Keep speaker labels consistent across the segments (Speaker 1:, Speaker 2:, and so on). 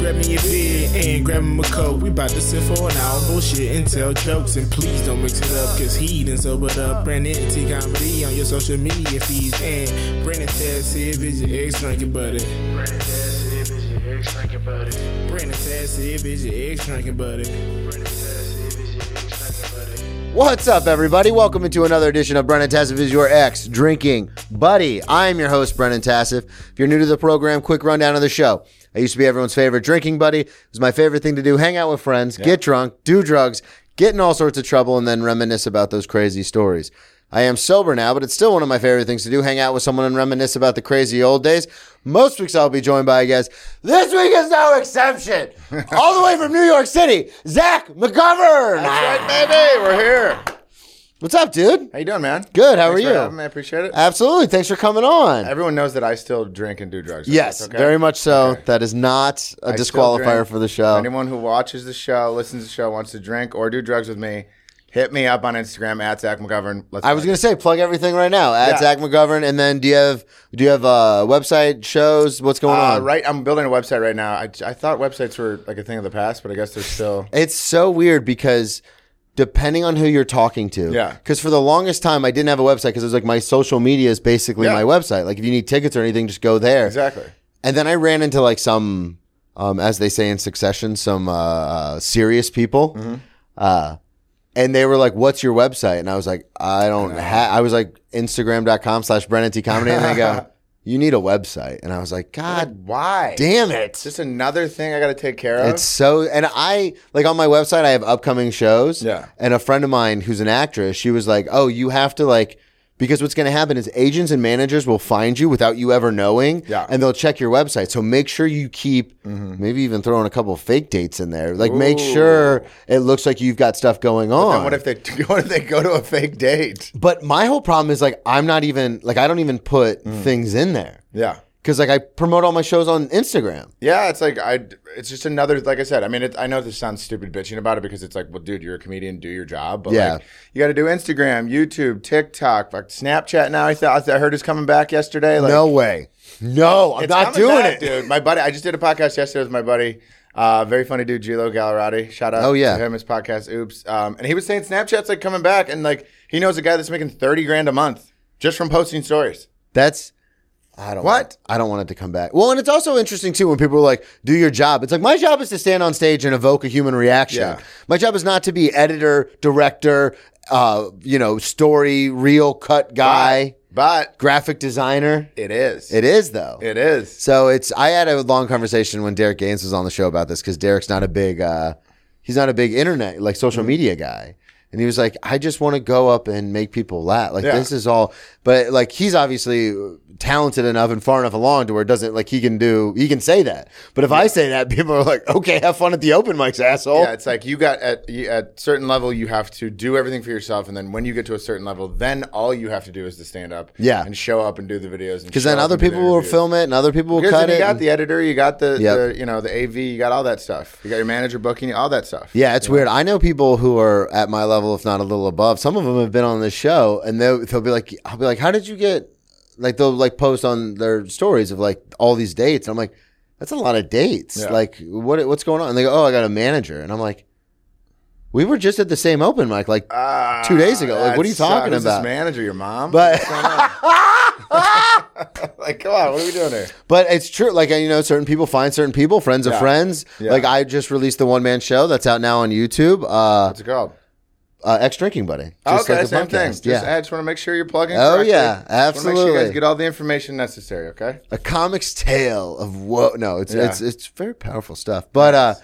Speaker 1: Grab me a beer and grab him a coat. We about to sit for an hour, bullshit and tell jokes. And please don't mix it up, cause he done sobered up. Brandon T Comedy on your social media feeds. And Brandon Taz if is your ex drinking buddy. Brandon Taz if is your ex drinking buddy. Brandon Taz if is your ex drinking buddy. Brandon Taz if is your ex drinking buddy.
Speaker 2: What's up, everybody? Welcome into another edition of Brennan Tassif is your ex drinking buddy. I am your host, Brennan Tassif. If you're new to the program, quick rundown of the show. I used to be everyone's favorite drinking buddy. It was my favorite thing to do: hang out with friends, get drunk, do drugs, get in all sorts of trouble, and then reminisce about those crazy stories. I am sober now, but it's still one of my favorite things to do: hang out with someone and reminisce about the crazy old days. Most weeks I'll be joined by a guest. This week is no exception. all the way from New York City, Zach McGovern.
Speaker 3: That's right, baby. We're here.
Speaker 2: What's up, dude?
Speaker 3: How you doing, man?
Speaker 2: Good, how
Speaker 3: Thanks
Speaker 2: are
Speaker 3: for
Speaker 2: you?
Speaker 3: having me. I appreciate it.
Speaker 2: Absolutely. Thanks for coming on.
Speaker 3: Everyone knows that I still drink and do drugs.
Speaker 2: Yes,
Speaker 3: That's okay?
Speaker 2: very much so.
Speaker 3: Okay.
Speaker 2: That is not a
Speaker 3: I still
Speaker 2: disqualifier
Speaker 3: drink.
Speaker 2: for the show.
Speaker 3: Anyone who watches the show, listens to the show, wants to drink or do drugs with me, hit me up on Instagram at Zach McGovern. Let's
Speaker 2: I was
Speaker 3: talk.
Speaker 2: gonna say plug everything right now at
Speaker 3: Yeah.
Speaker 2: Zach McGovern, and then do you have do you have uh, website shows? What's going
Speaker 3: Uh,
Speaker 2: on?
Speaker 3: right, I'm building a website right now. I, I thought websites were like a thing of the past, but I guess they're still.
Speaker 2: It's so weird because depending on who you're talking to,
Speaker 3: Yeah.
Speaker 2: Because for the longest time, I didn't have a website because it was like my social media is basically
Speaker 3: Yeah.
Speaker 2: my website. Like if you need tickets or anything, just go there.
Speaker 3: Exactly.
Speaker 2: And then I ran into like some, um, as they say in succession, some uh, uh, serious people. Uh, and they were like, what's your website? And I was like, I don't have, I was like, Instagram.com slash Brennan T Comedy. And they go, you need a website. And I was like, God
Speaker 3: Why?
Speaker 2: damn it.
Speaker 3: It's just another thing I got to take care of.
Speaker 2: It's so, and I like on my website, I have upcoming shows.
Speaker 3: Yeah.
Speaker 2: And a friend of mine who's an actress, she was like, "Oh, you have to like." Because what's going to happen is agents and managers will find you without you ever knowing,
Speaker 3: Yeah. Mm-hmm.
Speaker 2: and they'll check your website. So make sure you keep, maybe even throwing a couple of fake dates in there. Like make
Speaker 3: Ooh.
Speaker 2: sure it looks like you've got stuff going on.
Speaker 3: and what if they what if they go to a fake date?
Speaker 2: but my whole problem is like I'm not even like I don't even put
Speaker 3: Mm.
Speaker 2: things in there
Speaker 3: Yeah.
Speaker 2: because like I promote all my shows on Instagram.
Speaker 3: Yeah, it's like I. It's just another. Like I said, I mean, it, I know this sounds stupid bitching about it because it's like, well, dude, you're a comedian, do your job. But
Speaker 2: Yeah.
Speaker 3: like, you got to do Instagram, YouTube, TikTok, like Snapchat. Now I thought I heard is coming back yesterday. Like,
Speaker 2: no way. No, I'm
Speaker 3: it's
Speaker 2: not
Speaker 3: coming
Speaker 2: doing
Speaker 3: back,
Speaker 2: it.
Speaker 3: dude. My buddy, I just did a podcast yesterday with my buddy, uh, very funny dude, Gilo Gallerati. Shout out,
Speaker 2: Oh, yeah.
Speaker 3: to him his podcast. Oops, um, and he was saying Snapchat's like coming back, and like he knows a guy that's making thirty grand a month just from posting stories.
Speaker 2: That's I don't
Speaker 3: What?
Speaker 2: want- I don't want it to come back. Well, and it's also interesting too when people are like, "Do your job." It's like my job is to stand on stage and evoke a human reaction.
Speaker 3: Yeah.
Speaker 2: My job is not to be editor, director, uh, you know, story, reel cut guy,
Speaker 3: But
Speaker 2: graphic designer.
Speaker 3: it is.
Speaker 2: It is though.
Speaker 3: It is.
Speaker 2: So it's I had a long conversation when Derek Gaines was on the show about this because Derek's not a big uh, he's not a big internet like social
Speaker 3: Mm-hmm.
Speaker 2: media guy. And he was like, I just want to go up and make people laugh. Like
Speaker 3: Yeah.
Speaker 2: this is all, but like he's obviously talented enough and far enough along to where it doesn't like he can do he can say that. But if I say that, people are like, okay, have fun at the open mics, asshole.
Speaker 3: Yeah, it's like you got at you, at certain level, you have to do everything for yourself, and then when you get to a certain level, then all you have to do is to stand up,
Speaker 2: Yeah.
Speaker 3: and show up and do the videos.
Speaker 2: Because then other people will film it and other people will
Speaker 3: Because
Speaker 2: cut
Speaker 3: then you
Speaker 2: it.
Speaker 3: got
Speaker 2: and-
Speaker 3: the editor, you got the,
Speaker 2: Yep.
Speaker 3: the you know the AV, you got all that stuff. You got your manager booking, all that stuff.
Speaker 2: Yeah, it's weird. I know people who are at my level, if not a little above. Some of them have been on this show, and they'll, they'll be like, "I'll be like, how did you get?" Like they'll like post on their stories of like all these dates, and I'm like, "That's a lot of dates.
Speaker 3: Yeah.
Speaker 2: Like, what what's going on?" And they go, "Oh, I got a manager," and I'm like, "We were just at the same open mic, like."
Speaker 3: Ah,
Speaker 2: Two days ago, like, what are you
Speaker 3: that sucks.
Speaker 2: talking
Speaker 3: Who's
Speaker 2: about?
Speaker 3: This manager, your mom,
Speaker 2: But-
Speaker 3: What's going on? like, come on, what are we doing here?
Speaker 2: But it's true. Like, you know, certain people find certain people, friends of
Speaker 3: Yeah.
Speaker 2: friends.
Speaker 3: Yeah.
Speaker 2: Like, I just released the one man show that's out now on YouTube. Uh,
Speaker 3: What's it called? Oh,
Speaker 2: uh Ex Drinking Buddy. Just
Speaker 3: okay,
Speaker 2: like the
Speaker 3: same thing.
Speaker 2: podcast.
Speaker 3: Just,
Speaker 2: yeah.
Speaker 3: I just want to make sure you're plugging.
Speaker 2: Oh,
Speaker 3: correctly.
Speaker 2: yeah,
Speaker 3: Just wanna Make sure you
Speaker 2: absolutely.
Speaker 3: guys get all the information necessary. Okay.
Speaker 2: a comic's tale of woe. No, it's
Speaker 3: Yeah.
Speaker 2: it's it's very powerful stuff. But uh,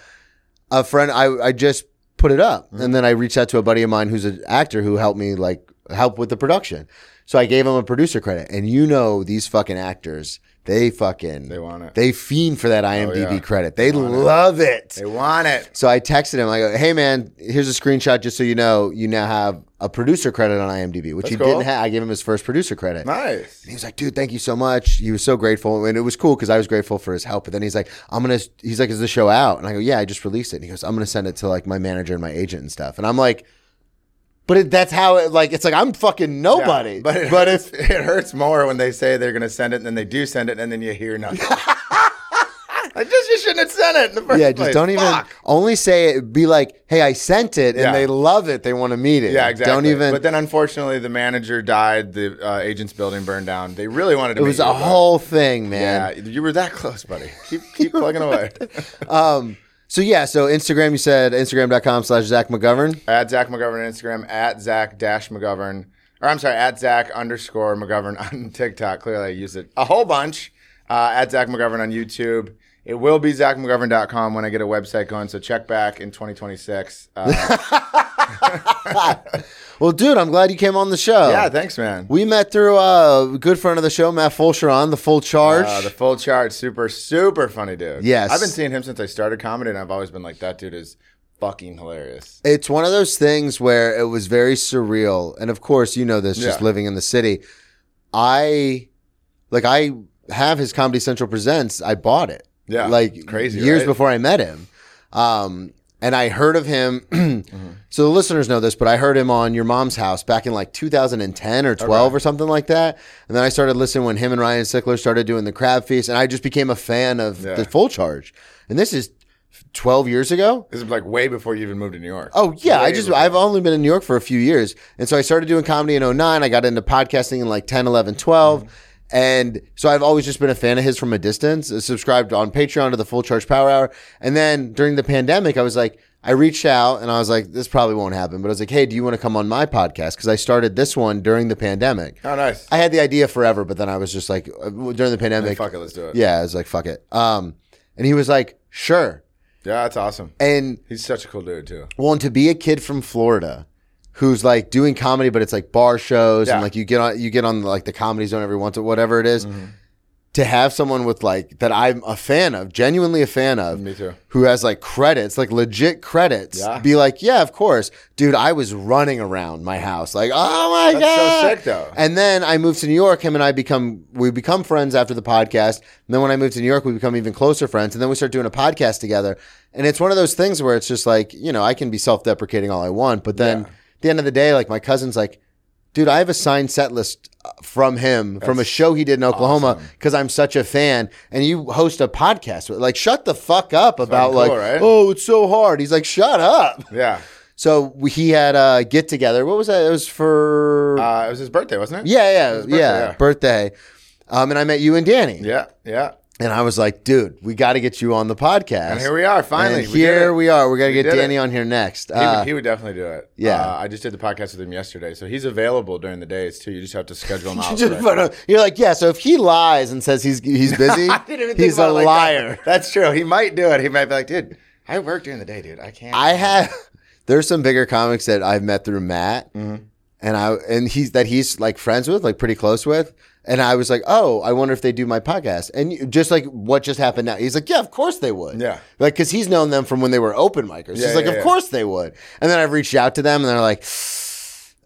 Speaker 2: a friend, I I just put it up,
Speaker 3: Mm-hmm.
Speaker 2: and then I reached out to a buddy of mine who's an actor who helped me like help with the production. So I gave him a producer credit, and you know these fucking actors They fucking
Speaker 3: They want it. Oh,
Speaker 2: They fiend for that IMDb
Speaker 3: yeah.
Speaker 2: credit. They, love it.
Speaker 3: They want it.
Speaker 2: So I texted him. I go, "Hey man, here's a screenshot just so you know. You now have a producer credit on IMDb, which
Speaker 3: That's
Speaker 2: he
Speaker 3: cool.
Speaker 2: didn't have. I gave him his first producer credit.
Speaker 3: Nice.
Speaker 2: He was like, dude, thank you so much. He was so grateful. And it was cool because I was grateful for his help. But then he's like, I'm going to, he's like, is the show out? And I go, yeah, I just released it. And he goes, I'm going to send it to like my manager and my agent and stuff. And I'm like, but it, that's how it, like, it's like, I'm fucking
Speaker 3: Yeah,
Speaker 2: nobody.
Speaker 3: But it but hurts, it hurts more when they say they're gonna send it and then they do send it and then you hear nothing. I just you shouldn't have sent it in the first
Speaker 2: yeah, just
Speaker 3: place.
Speaker 2: don't even,
Speaker 3: Fuck.
Speaker 2: only say it, be like, hey, I sent it. And
Speaker 3: Yeah.
Speaker 2: they love it. They want to meet it.
Speaker 3: Yeah, exactly.
Speaker 2: Don't even,
Speaker 3: But then, unfortunately, the manager died. The uh, agent's building burned down. They really wanted to.
Speaker 2: it was
Speaker 3: meet you,
Speaker 2: a
Speaker 3: but-
Speaker 2: whole thing, man.
Speaker 3: Yeah, you were that close, buddy. Keep keep plugging away.
Speaker 2: So yeah, so Instagram, you said Instagram.com slash Zach McGovern.
Speaker 3: At Zach McGovern on Instagram. At Zach dash McGovern. Or I'm sorry. At Zach underscore McGovern on TikTok. Clearly, I use it a whole bunch. Uh, at Zach McGovern on YouTube. It will be ZachMcGovern.com when I get a website going. So check back in 2026. Uh,
Speaker 2: Well, dude, I'm glad you came on the show.
Speaker 3: yeah, thanks, man.
Speaker 2: We met through uh, a good friend of the show, Matt Fulcheron, the full charge.
Speaker 3: Uh, the full chart, super, super funny dude.
Speaker 2: Yes.
Speaker 3: I've been seeing him since I started comedy, and I've always been like, that dude is fucking hilarious.
Speaker 2: it's one of those things where it was very surreal. And of course, you know this just
Speaker 3: Yeah.
Speaker 2: living in the city. I like I have his Comedy Central Presents. I bought it.
Speaker 3: Yeah.
Speaker 2: Like
Speaker 3: Crazy,
Speaker 2: years
Speaker 3: right?
Speaker 2: before I met him. Um and I heard of him. So the listeners know this, but I heard him on Your Mom's House back in like 2010 or 12 or something like that. And then I started listening when him and Ryan Sickler started doing the Crab Feast, and I just became a fan of
Speaker 3: Yeah.
Speaker 2: the Full Charge. And this is 12 years ago.
Speaker 3: This is like way before you even moved to New York.
Speaker 2: Oh yeah, I
Speaker 3: Way
Speaker 2: just
Speaker 3: before.
Speaker 2: I've only been in New York for a few years. And so I started doing comedy in 09, I got into podcasting in like 10, 11, 12.
Speaker 3: Mm-hmm.
Speaker 2: And so I've always just been a fan of his from a distance. I subscribed on Patreon to the Full Charge Power Hour. And then during the pandemic, I was like I reached out and I was like this probably won't happen, but I was like, "Hey, do you want to come on my podcast?" cuz I started this one during the pandemic.
Speaker 3: Oh, nice.
Speaker 2: I had the idea forever, but then I was just like uh, during the pandemic,
Speaker 3: fuck it, let's do it.
Speaker 2: Yeah, I was like, "Fuck it." Um and he was like, "Sure."
Speaker 3: Yeah, that's awesome.
Speaker 2: And
Speaker 3: He's such a cool dude, too.
Speaker 2: well, and to be a kid from Florida who's like doing comedy, but it's like bar shows and
Speaker 3: Yeah.
Speaker 2: like you get on you get on like the comedy zone every once in whatever it is.
Speaker 3: Mm-hmm.
Speaker 2: To have someone with like that I'm a fan of, genuinely a fan of,
Speaker 3: Me too.
Speaker 2: who has like credits, like legit credits,
Speaker 3: Yeah.
Speaker 2: be like, yeah, of course, dude. I was running around my house, like, oh my
Speaker 3: That's so
Speaker 2: god,
Speaker 3: sick, though.
Speaker 2: And then I moved to New York. Him and I become we become friends after the podcast. And then when I moved to New York, we become even closer friends. And then we start doing a podcast together. And it's one of those things where it's just like, you know, I can be self deprecating all I want, but then at the end of the day, like my cousin's like, dude, I have a signed set list uh, from him from a show he did in Oklahoma because I'm such a fan. And you host a podcast, with- like, shut the fuck up about
Speaker 3: cool,
Speaker 2: like,
Speaker 3: right?
Speaker 2: oh, it's so hard. He's like, shut up.
Speaker 3: Yeah.
Speaker 2: So we- he had a get together. What was that? It was for
Speaker 3: Uh, it was his birthday, wasn't it?
Speaker 2: yeah, yeah,
Speaker 3: birthday,
Speaker 2: yeah,
Speaker 3: yeah.
Speaker 2: birthday. Um, and I met you and Danny.
Speaker 3: Yeah, yeah.
Speaker 2: And I was like, dude, we got to get you on the podcast.
Speaker 3: And here we are, finally.
Speaker 2: And
Speaker 3: We did
Speaker 2: here
Speaker 3: it.
Speaker 2: we are. We're gonna get
Speaker 3: did it.
Speaker 2: Danny on here next.
Speaker 3: He
Speaker 2: Uh,
Speaker 3: would, he would definitely do it.
Speaker 2: yeah.
Speaker 3: Uh, I just did the podcast with him yesterday. So he's available during the days, too. You just have to schedule him out.
Speaker 2: Just
Speaker 3: right?
Speaker 2: put a- You're like, yeah. So if he lies and says he's he's busy,
Speaker 3: I didn't even think
Speaker 2: he's
Speaker 3: about
Speaker 2: a
Speaker 3: it like that.
Speaker 2: liar.
Speaker 3: That's true. He might do it. He might be like, dude, I work during the day, dude. I can't.
Speaker 2: I have. There's some bigger comics that I've met through Matt,
Speaker 3: Mm-hmm.
Speaker 2: and I and he's that he's like friends with, like pretty close with. And I was like, oh, I wonder if they do my podcast. And you- just like what just happened now, he's like, yeah, of course they would.
Speaker 3: Yeah.
Speaker 2: like because he's known them from when they were open micers.
Speaker 3: Yeah,
Speaker 2: he's like,
Speaker 3: yeah,
Speaker 2: of
Speaker 3: yeah.
Speaker 2: course they would. And then I've reached out to them, and they're like.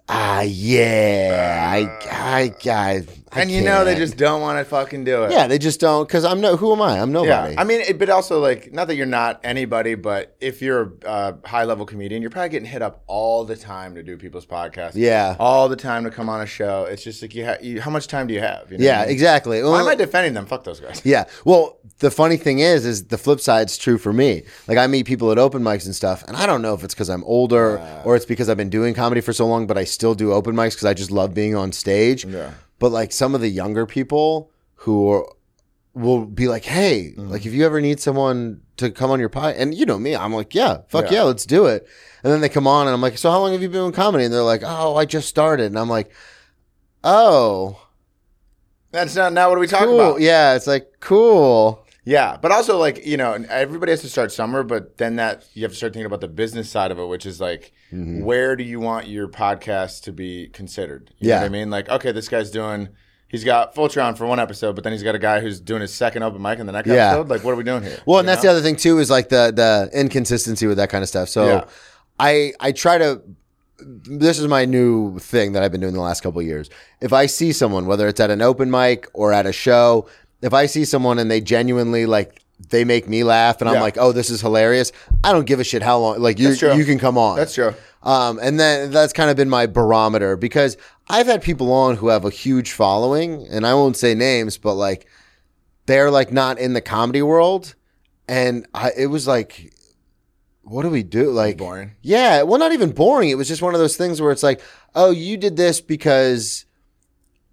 Speaker 2: Ah yeah, I, I, I, I
Speaker 3: Uh, and you know, they
Speaker 2: can't."
Speaker 3: just don't want to fucking do it.
Speaker 2: yeah, they just don't because I'm no, who am I? I'm nobody.
Speaker 3: Yeah, I mean, it, but also like, not that you're not anybody, but if you're a uh, high level comedian, you're probably getting hit up all the time to do people's podcasts.
Speaker 2: Yeah.
Speaker 3: all the time to come on a show. It's just like you, ha- you how much time do you have? You know
Speaker 2: yeah,
Speaker 3: what I mean?
Speaker 2: exactly.
Speaker 3: Why
Speaker 2: Well,
Speaker 3: am I defending them? Fuck those guys.
Speaker 2: Yeah. Well, the funny thing is, is the flip side's true for me. Like I meet people at open mics and stuff, and I don't know if it's because I'm older or it's because I've been doing comedy for so long, but I still do open mics because I just love being on stage.
Speaker 3: Yeah.
Speaker 2: But like some of the younger people who are, will be like, hey, like if you ever need someone to come on your pod, and you know me, I'm like, yeah, fuck yeah.
Speaker 3: Yeah.
Speaker 2: let's do it. And then they come on, and I'm like, so how long have you been in comedy? And they're like, oh, I just started, and I'm like, oh,
Speaker 3: That's not now. What are we talking about?
Speaker 2: cool, yeah. It's like cool.
Speaker 3: Yeah, but also like you know, and everybody has to start somewhere. But then that you have to start thinking about the business side of it, which is like,
Speaker 2: Mm-hmm.
Speaker 3: where do you want your podcast to be considered? You
Speaker 2: Yeah.
Speaker 3: know what I mean, like, okay, this guy's doing He's got Fultron for one episode, but then he's got a guy who's doing his second open mic in the next
Speaker 2: Yeah.
Speaker 3: episode. Like, what are we doing here?
Speaker 2: Well, and
Speaker 3: You
Speaker 2: that's
Speaker 3: know?
Speaker 2: the other thing too is like the the inconsistency with that kind of stuff. So
Speaker 3: Yeah.
Speaker 2: I I try to this is my new thing that I've been doing the last couple of years. If I see someone whether it's at an open mic or at a show, if I see someone and they genuinely like they make me laugh and I'm
Speaker 3: Yeah.
Speaker 2: like, "Oh, this is hilarious." I don't give a shit how long like you
Speaker 3: That's true.
Speaker 2: you can come on.
Speaker 3: That's true.
Speaker 2: Um, and then that's kind of been my barometer because I've had people on who have a huge following, and I won't say names, but like they're like not in the comedy world, and I, it was like, what do we do? Like
Speaker 3: boring.
Speaker 2: Yeah, well, not even boring. It was just one of those things where it's like, oh, you did this because.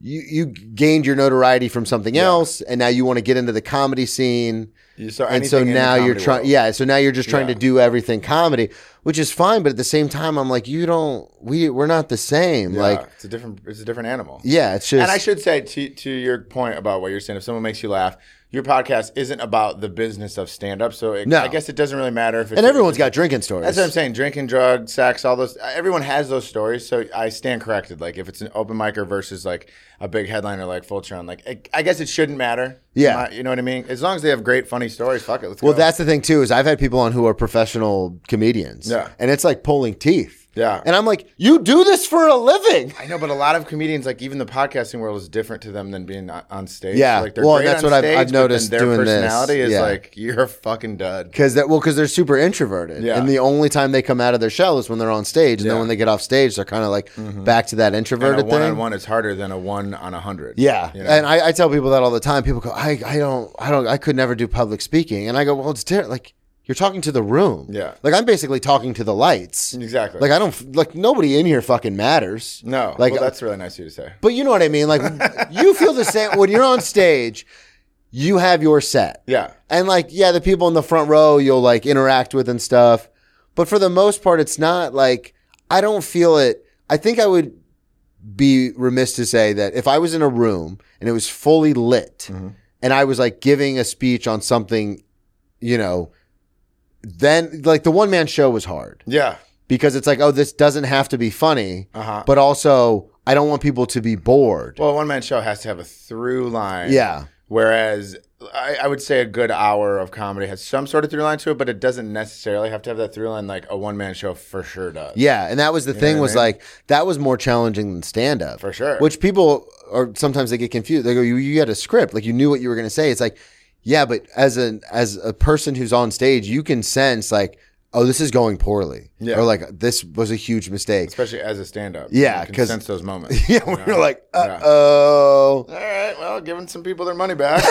Speaker 2: You, you gained your notoriety from something else, and now you want to get into the comedy scene
Speaker 3: You saw
Speaker 2: and so
Speaker 3: anything in the
Speaker 2: now you're
Speaker 3: comedy
Speaker 2: trying
Speaker 3: world.
Speaker 2: yeah so now you're just trying
Speaker 3: Yeah.
Speaker 2: to do everything comedy which is fine but at the same time i'm like you don't we we're not the same
Speaker 3: Yeah,
Speaker 2: like
Speaker 3: it's a different, it's a different animal.
Speaker 2: yeah it's just
Speaker 3: And I should say to to your point about what you're saying, if someone makes you laugh, your podcast isn't about the business of stand up. So it,
Speaker 2: No.
Speaker 3: I guess it doesn't really matter if it's
Speaker 2: and everyone's got drinking stories
Speaker 3: That's what I'm saying. Drinking, drug, sex, all those. Everyone has those stories. So I stand corrected. Like if it's an open micer versus like a big headliner like Fultron, like I, I guess it shouldn't matter.
Speaker 2: Yeah.
Speaker 3: My- you know what I mean. As long as they have great, funny stories, fuck it. Let's
Speaker 2: well
Speaker 3: go.
Speaker 2: that's the thing too is i've had people on who are professional comedians
Speaker 3: Yeah.
Speaker 2: and it's like pulling teeth
Speaker 3: Yeah.
Speaker 2: and i'm like you do this for a living
Speaker 3: I know, but a lot of comedians, like even the podcasting world, is different to them than being on- on stage.
Speaker 2: Yeah.
Speaker 3: like they're
Speaker 2: Well,
Speaker 3: great
Speaker 2: that's
Speaker 3: on
Speaker 2: what I've-
Speaker 3: stage,
Speaker 2: I've
Speaker 3: but then
Speaker 2: noticed
Speaker 3: Their
Speaker 2: doing this.
Speaker 3: personality is
Speaker 2: Yeah.
Speaker 3: like you're a fucking dud.
Speaker 2: Because that well, because they're super introverted,
Speaker 3: Yeah.
Speaker 2: and the only time they come out of their shell is when they're on stage, and then
Speaker 3: Yeah. Mm-hmm.
Speaker 2: when they get off stage, they're kind of like back to that
Speaker 3: And
Speaker 2: introverted
Speaker 3: a one
Speaker 2: thing.
Speaker 3: on one is harder than a one on a hundred.
Speaker 2: Yeah,
Speaker 3: You know?
Speaker 2: and I, I tell people that all the time. People go, I, I don't, I don't, I could never do public speaking, and I go, well, it's different. Like you're talking to the room.
Speaker 3: Yeah.
Speaker 2: like I'm basically talking to the lights.
Speaker 3: exactly.
Speaker 2: Like I don't, f- like nobody in here fucking matters.
Speaker 3: no,
Speaker 2: like uh,
Speaker 3: well, that's really nice of you to say.
Speaker 2: But you know what I mean. Like you feel the same when you're on stage. You have your set.
Speaker 3: Yeah,
Speaker 2: And like, yeah, the people in the front row you'll like interact with and stuff. But for the most part, it's not like I don't feel it. I think I would be remiss to say that if I was in a room and it was fully lit
Speaker 3: Mm-hmm.
Speaker 2: and I was like giving a speech on something, you know, then like the one man show was hard
Speaker 3: yeah,
Speaker 2: because it's like, oh, this doesn't have to be funny,
Speaker 3: uh-huh.
Speaker 2: but also I don't want people to be bored.
Speaker 3: Well, a one man show has to have a through line.
Speaker 2: yeah.
Speaker 3: Whereas I, I would say a good hour of comedy has some sort of through line to it, but it doesn't necessarily have to have that through line like a one man show for sure does.
Speaker 2: Yeah, and that was the
Speaker 3: know
Speaker 2: thing
Speaker 3: what I
Speaker 2: was
Speaker 3: mean?
Speaker 2: like that was more challenging than stand up.
Speaker 3: For sure.
Speaker 2: Which people are sometimes they get confused. They go you, you had a script, like you knew what you were going to say. It's like yeah, but as an as a person who's on stage, you can sense like oh this is going poorly.
Speaker 3: Yeah.
Speaker 2: Or like this was a huge mistake.
Speaker 3: Especially as a stand up.
Speaker 2: Yeah,
Speaker 3: You can
Speaker 2: 'cause-
Speaker 3: sense those moments.
Speaker 2: yeah, we
Speaker 3: you know?
Speaker 2: were like
Speaker 3: Yeah.
Speaker 2: uh oh.
Speaker 3: All right, well, giving some people their money back.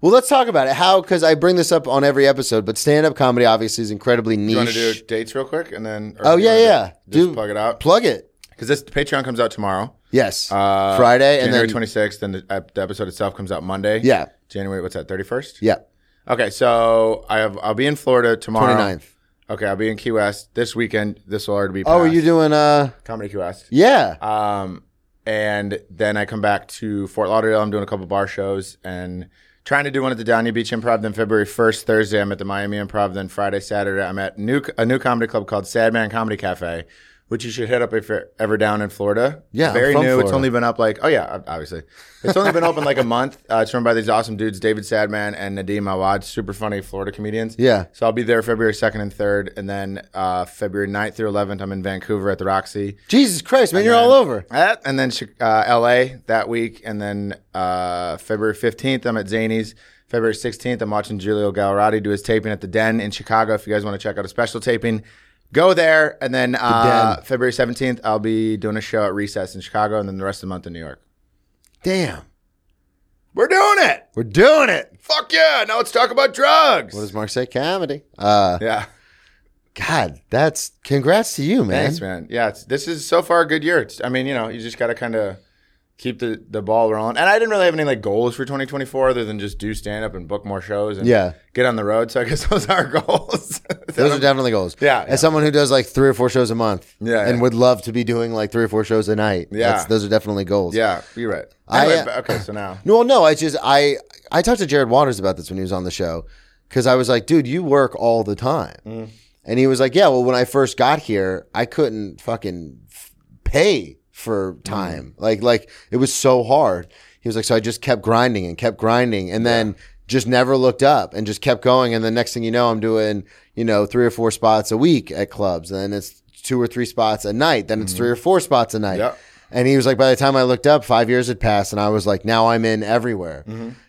Speaker 2: Well, let's talk about it. How cuz I bring this up on every episode, but stand up comedy obviously is incredibly niche.
Speaker 3: you want to do dates real quick and then? or
Speaker 2: oh
Speaker 3: do you
Speaker 2: yeah,
Speaker 3: wanna
Speaker 2: yeah.
Speaker 3: do- Just
Speaker 2: Do-
Speaker 3: plug it out
Speaker 2: plug it.
Speaker 3: because this Patreon comes out tomorrow,
Speaker 2: Yes.
Speaker 3: uh,
Speaker 2: Friday and
Speaker 3: January
Speaker 2: then
Speaker 3: twenty sixth, and the, ep- the episode itself comes out Monday.
Speaker 2: Yeah.
Speaker 3: January. What's that? Thirty first.
Speaker 2: Yeah.
Speaker 3: Okay, so I have I'll be in Florida tomorrow.
Speaker 2: 29th.
Speaker 3: Okay, I'll be in Key West this weekend. This will already be.
Speaker 2: Oh, are
Speaker 3: past.
Speaker 2: you doing uh
Speaker 3: comedy Key West?
Speaker 2: Yeah.
Speaker 3: Um, and then I come back to Fort Lauderdale. I'm doing a couple bar shows and trying to do one at the Downey Beach Improv. Then February 1st, Thursday, I'm at the Miami Improv. Then Friday, Saturday, I'm at new a new comedy club called Sad Man Comedy Cafe, which you should hit up if you're ever down in Florida.
Speaker 2: Yeah, I'm
Speaker 3: very
Speaker 2: from
Speaker 3: new. It's
Speaker 2: Florida.
Speaker 3: only been up like oh yeah, ob- obviously. It's only been open like a month. Uh, it's run by these awesome dudes, David Sadman and Nadeem Awad, super funny Florida comedians.
Speaker 2: Yeah.
Speaker 3: So I'll be there February 2nd and 3rd, and then uh, February 9th through 11th, I'm in Vancouver at the Roxy.
Speaker 2: Jesus Christ, man, you're all over.
Speaker 3: Uh, and then Chi- uh, LA that week. And then uh, February 15th, I'm at Zany's. February 16th, I'm watching Giulio Gallerati do his taping at the Den in Chicago. If you guys want to check out a special taping, go there. And then uh,
Speaker 2: Den.
Speaker 3: February 17th, I'll be doing a show at Recess in Chicago and then the rest of the month in New York.
Speaker 2: Damn.
Speaker 3: We're doing it.
Speaker 2: We're doing it.
Speaker 3: Fuck yeah. Now let's talk about drugs.
Speaker 2: What does Mark say? Comedy. Uh,
Speaker 3: yeah.
Speaker 2: God, that's congrats to you, man.
Speaker 3: Thanks, man. Yeah, it's, this is so far a good year. It's, I mean, you know, you just got to kind of keep the, the ball rolling. And I didn't really have any like goals for 2024 other than just do stand up and book more shows and
Speaker 2: Yeah.
Speaker 3: get on the road. So I guess those are our goals.
Speaker 2: Those are definitely goals.
Speaker 3: Yeah,
Speaker 2: As
Speaker 3: yeah.
Speaker 2: someone who does like three or four shows a month
Speaker 3: Yeah,
Speaker 2: and
Speaker 3: yeah.
Speaker 2: would love to be doing like three or four shows a night.
Speaker 3: Yeah.
Speaker 2: That's, those are definitely goals.
Speaker 3: yeah, you're right.
Speaker 2: I,
Speaker 3: Anyway,
Speaker 2: uh,
Speaker 3: but- okay, so now.
Speaker 2: No, well, no, I just I I talked to Jared Waters about this when he was on the show because I was like, dude, you work all the time, and he was like, yeah, well, when I first got here, I couldn't fucking f- pay for time. Like like it was so hard. He was like, so I just kept grinding and kept grinding, and then just never looked up and just kept going. And the next thing you know, I'm doing you know three or four spots a week at clubs. Then it's two or three spots a night. Then it's three or four spots a night.
Speaker 3: Yeah.
Speaker 2: And he was like, by the time I looked up, five years had passed, and I was like, now I'm in everywhere.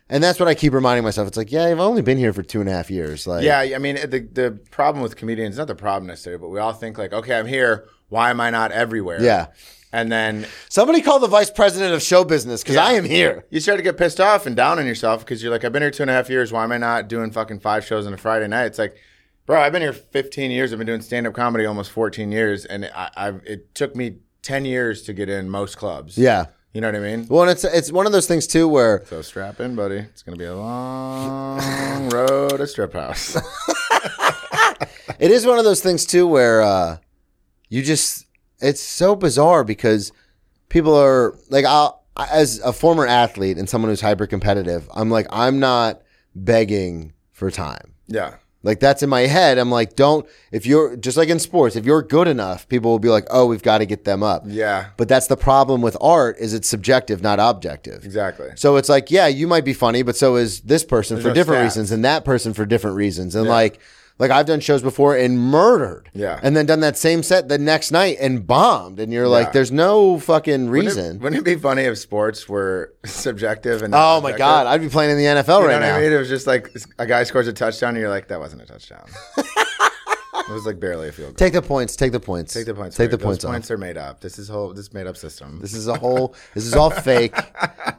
Speaker 2: And that's what I keep reminding myself. It's like, yeah, I've only been here for two and a half years. Like,
Speaker 3: Yeah, I mean the the problem with comedians, not the problem necessarily, but we all think like, okay, I'm here. Why am I not everywhere?
Speaker 2: Yeah.
Speaker 3: And then
Speaker 2: Somebody call the vice president of show business because I am here.
Speaker 3: You start to get pissed off and down on yourself because you're like, I've been here two and a half years. Why am I not doing fucking five shows on a Friday night? It's like, bro, I've been here 15 years. I've been doing stand up comedy almost 14 years, and I, I've it took me 10 years to get in most clubs.
Speaker 2: Yeah.
Speaker 3: you know what I mean.
Speaker 2: Well, and it's it's one of those things too where
Speaker 3: So strap in, buddy. It's gonna be a long road to strip house.
Speaker 2: it is one of those things too where uh, you just it's so bizarre because people are like I'll, I- as a former athlete and someone who's hyper competitive i'm like i'm not begging for time
Speaker 3: yeah,
Speaker 2: like that's in my head i'm like don't if you're just like in sports if you're good enough people will be like oh we've got to get them up
Speaker 3: yeah,
Speaker 2: but that's the problem with art is it's subjective not objective
Speaker 3: exactly.
Speaker 2: So it's like, yeah, you might be funny, but so is this person for
Speaker 3: no
Speaker 2: different
Speaker 3: stats.
Speaker 2: reasons and that person for different reasons. And like, like I've done shows before and murdered.
Speaker 3: Yeah.
Speaker 2: And then done that same set the next night and bombed. And you're like,
Speaker 3: Yeah.
Speaker 2: there's no fucking
Speaker 3: Wouldn't it-
Speaker 2: reason.
Speaker 3: Wouldn't it be funny if sports were subjective and? not
Speaker 2: oh my
Speaker 3: objective?
Speaker 2: God. I'd be playing in the NFL
Speaker 3: You know
Speaker 2: right
Speaker 3: what
Speaker 2: now.
Speaker 3: I mean? It was just like a guy scores a touchdown, and you're like, that wasn't a touchdown. it was like barely a field goal.
Speaker 2: Take the points. Take the points.
Speaker 3: Take the points.
Speaker 2: Take the
Speaker 3: Those
Speaker 2: points off.
Speaker 3: points are made up. This is whole. This made up system. This
Speaker 2: This is a whole, this is all fake.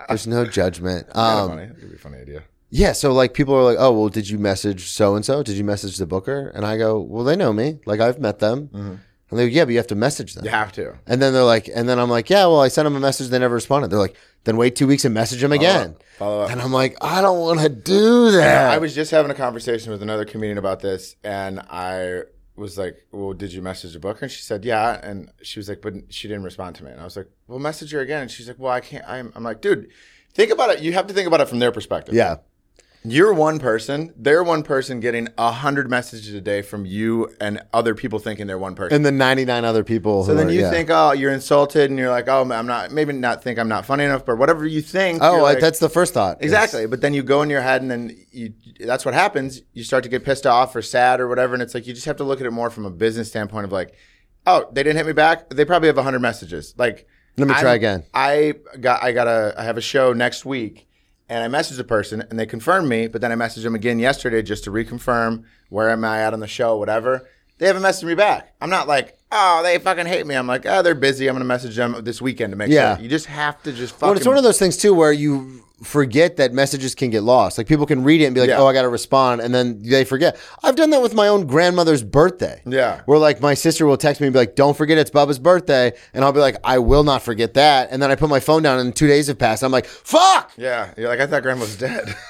Speaker 2: There's no judgment. Um,
Speaker 3: funny. That could be a funny idea.
Speaker 2: Yeah, so like people are like, "Oh, well, did you message so and so? Did you message the booker?" And I go, "Well, they know me. Like I've met them."
Speaker 3: Mm-hmm.
Speaker 2: And they go, "Yeah, but you have to message them."
Speaker 3: You have to.
Speaker 2: And then they're like, and then I'm like, "Yeah, well, I sent them a message. They never responded." They're like, "Then wait two weeks and message them again."
Speaker 3: Follow up.
Speaker 2: And I'm like, "I don't want to do that."
Speaker 3: I was just having a conversation with another comedian about this, and I was like, "Well, did you message the booker?" And she said, "Yeah." And she was like, "But she didn't respond to me." And I was like, "Well, message her again." And she's like, "Well, I can't." I'm, I'm like, "Dude, think about it. You have to think about it from their perspective."
Speaker 2: yeah,
Speaker 3: You're one person. They're one person getting a hundred messages a day from you and other people thinking they're one person.
Speaker 2: and then 99 other people.
Speaker 3: so
Speaker 2: who
Speaker 3: then
Speaker 2: are-
Speaker 3: you
Speaker 2: yeah.
Speaker 3: think, oh, you're insulted, and you're like, oh, I'm not. Maybe not think I'm not funny enough, but whatever you think.
Speaker 2: "Oh,
Speaker 3: you're
Speaker 2: I-
Speaker 3: like-
Speaker 2: that's the first thought."
Speaker 3: exactly. But then you go in your head, and then you. That's what happens. You start to get pissed off or sad or whatever, and it's like you just have to look at it more from a business standpoint of like, oh, they didn't hit me back. They probably have hundred messages. Like,
Speaker 2: Let me
Speaker 3: I'm-
Speaker 2: try again.
Speaker 3: I got I got a I have a show next week, and I messaged the person and they confirmed me, but then I messaged them again yesterday just to reconfirm where am I at on the show, whatever. They haven't messaged me back. I'm not like, oh, they fucking hate me. I'm like, oh, they're busy. I'm gonna message them this weekend to make
Speaker 2: Yeah.
Speaker 3: sure. You just have to just fucking.
Speaker 2: Well, it's one of those things too where you forget that messages can get lost. Like people can read it and be like,
Speaker 3: Yeah.
Speaker 2: "Oh, I got to respond," and then they forget. I've done that with my own grandmother's birthday.
Speaker 3: Yeah.
Speaker 2: where like my sister will text me and be like, "Don't forget it's Bubba's birthday," and I'll be like, "I will not forget that." And then I put my phone down, and two days have passed. I'm like, "Fuck!"
Speaker 3: yeah, you're like, I thought grandma's dead.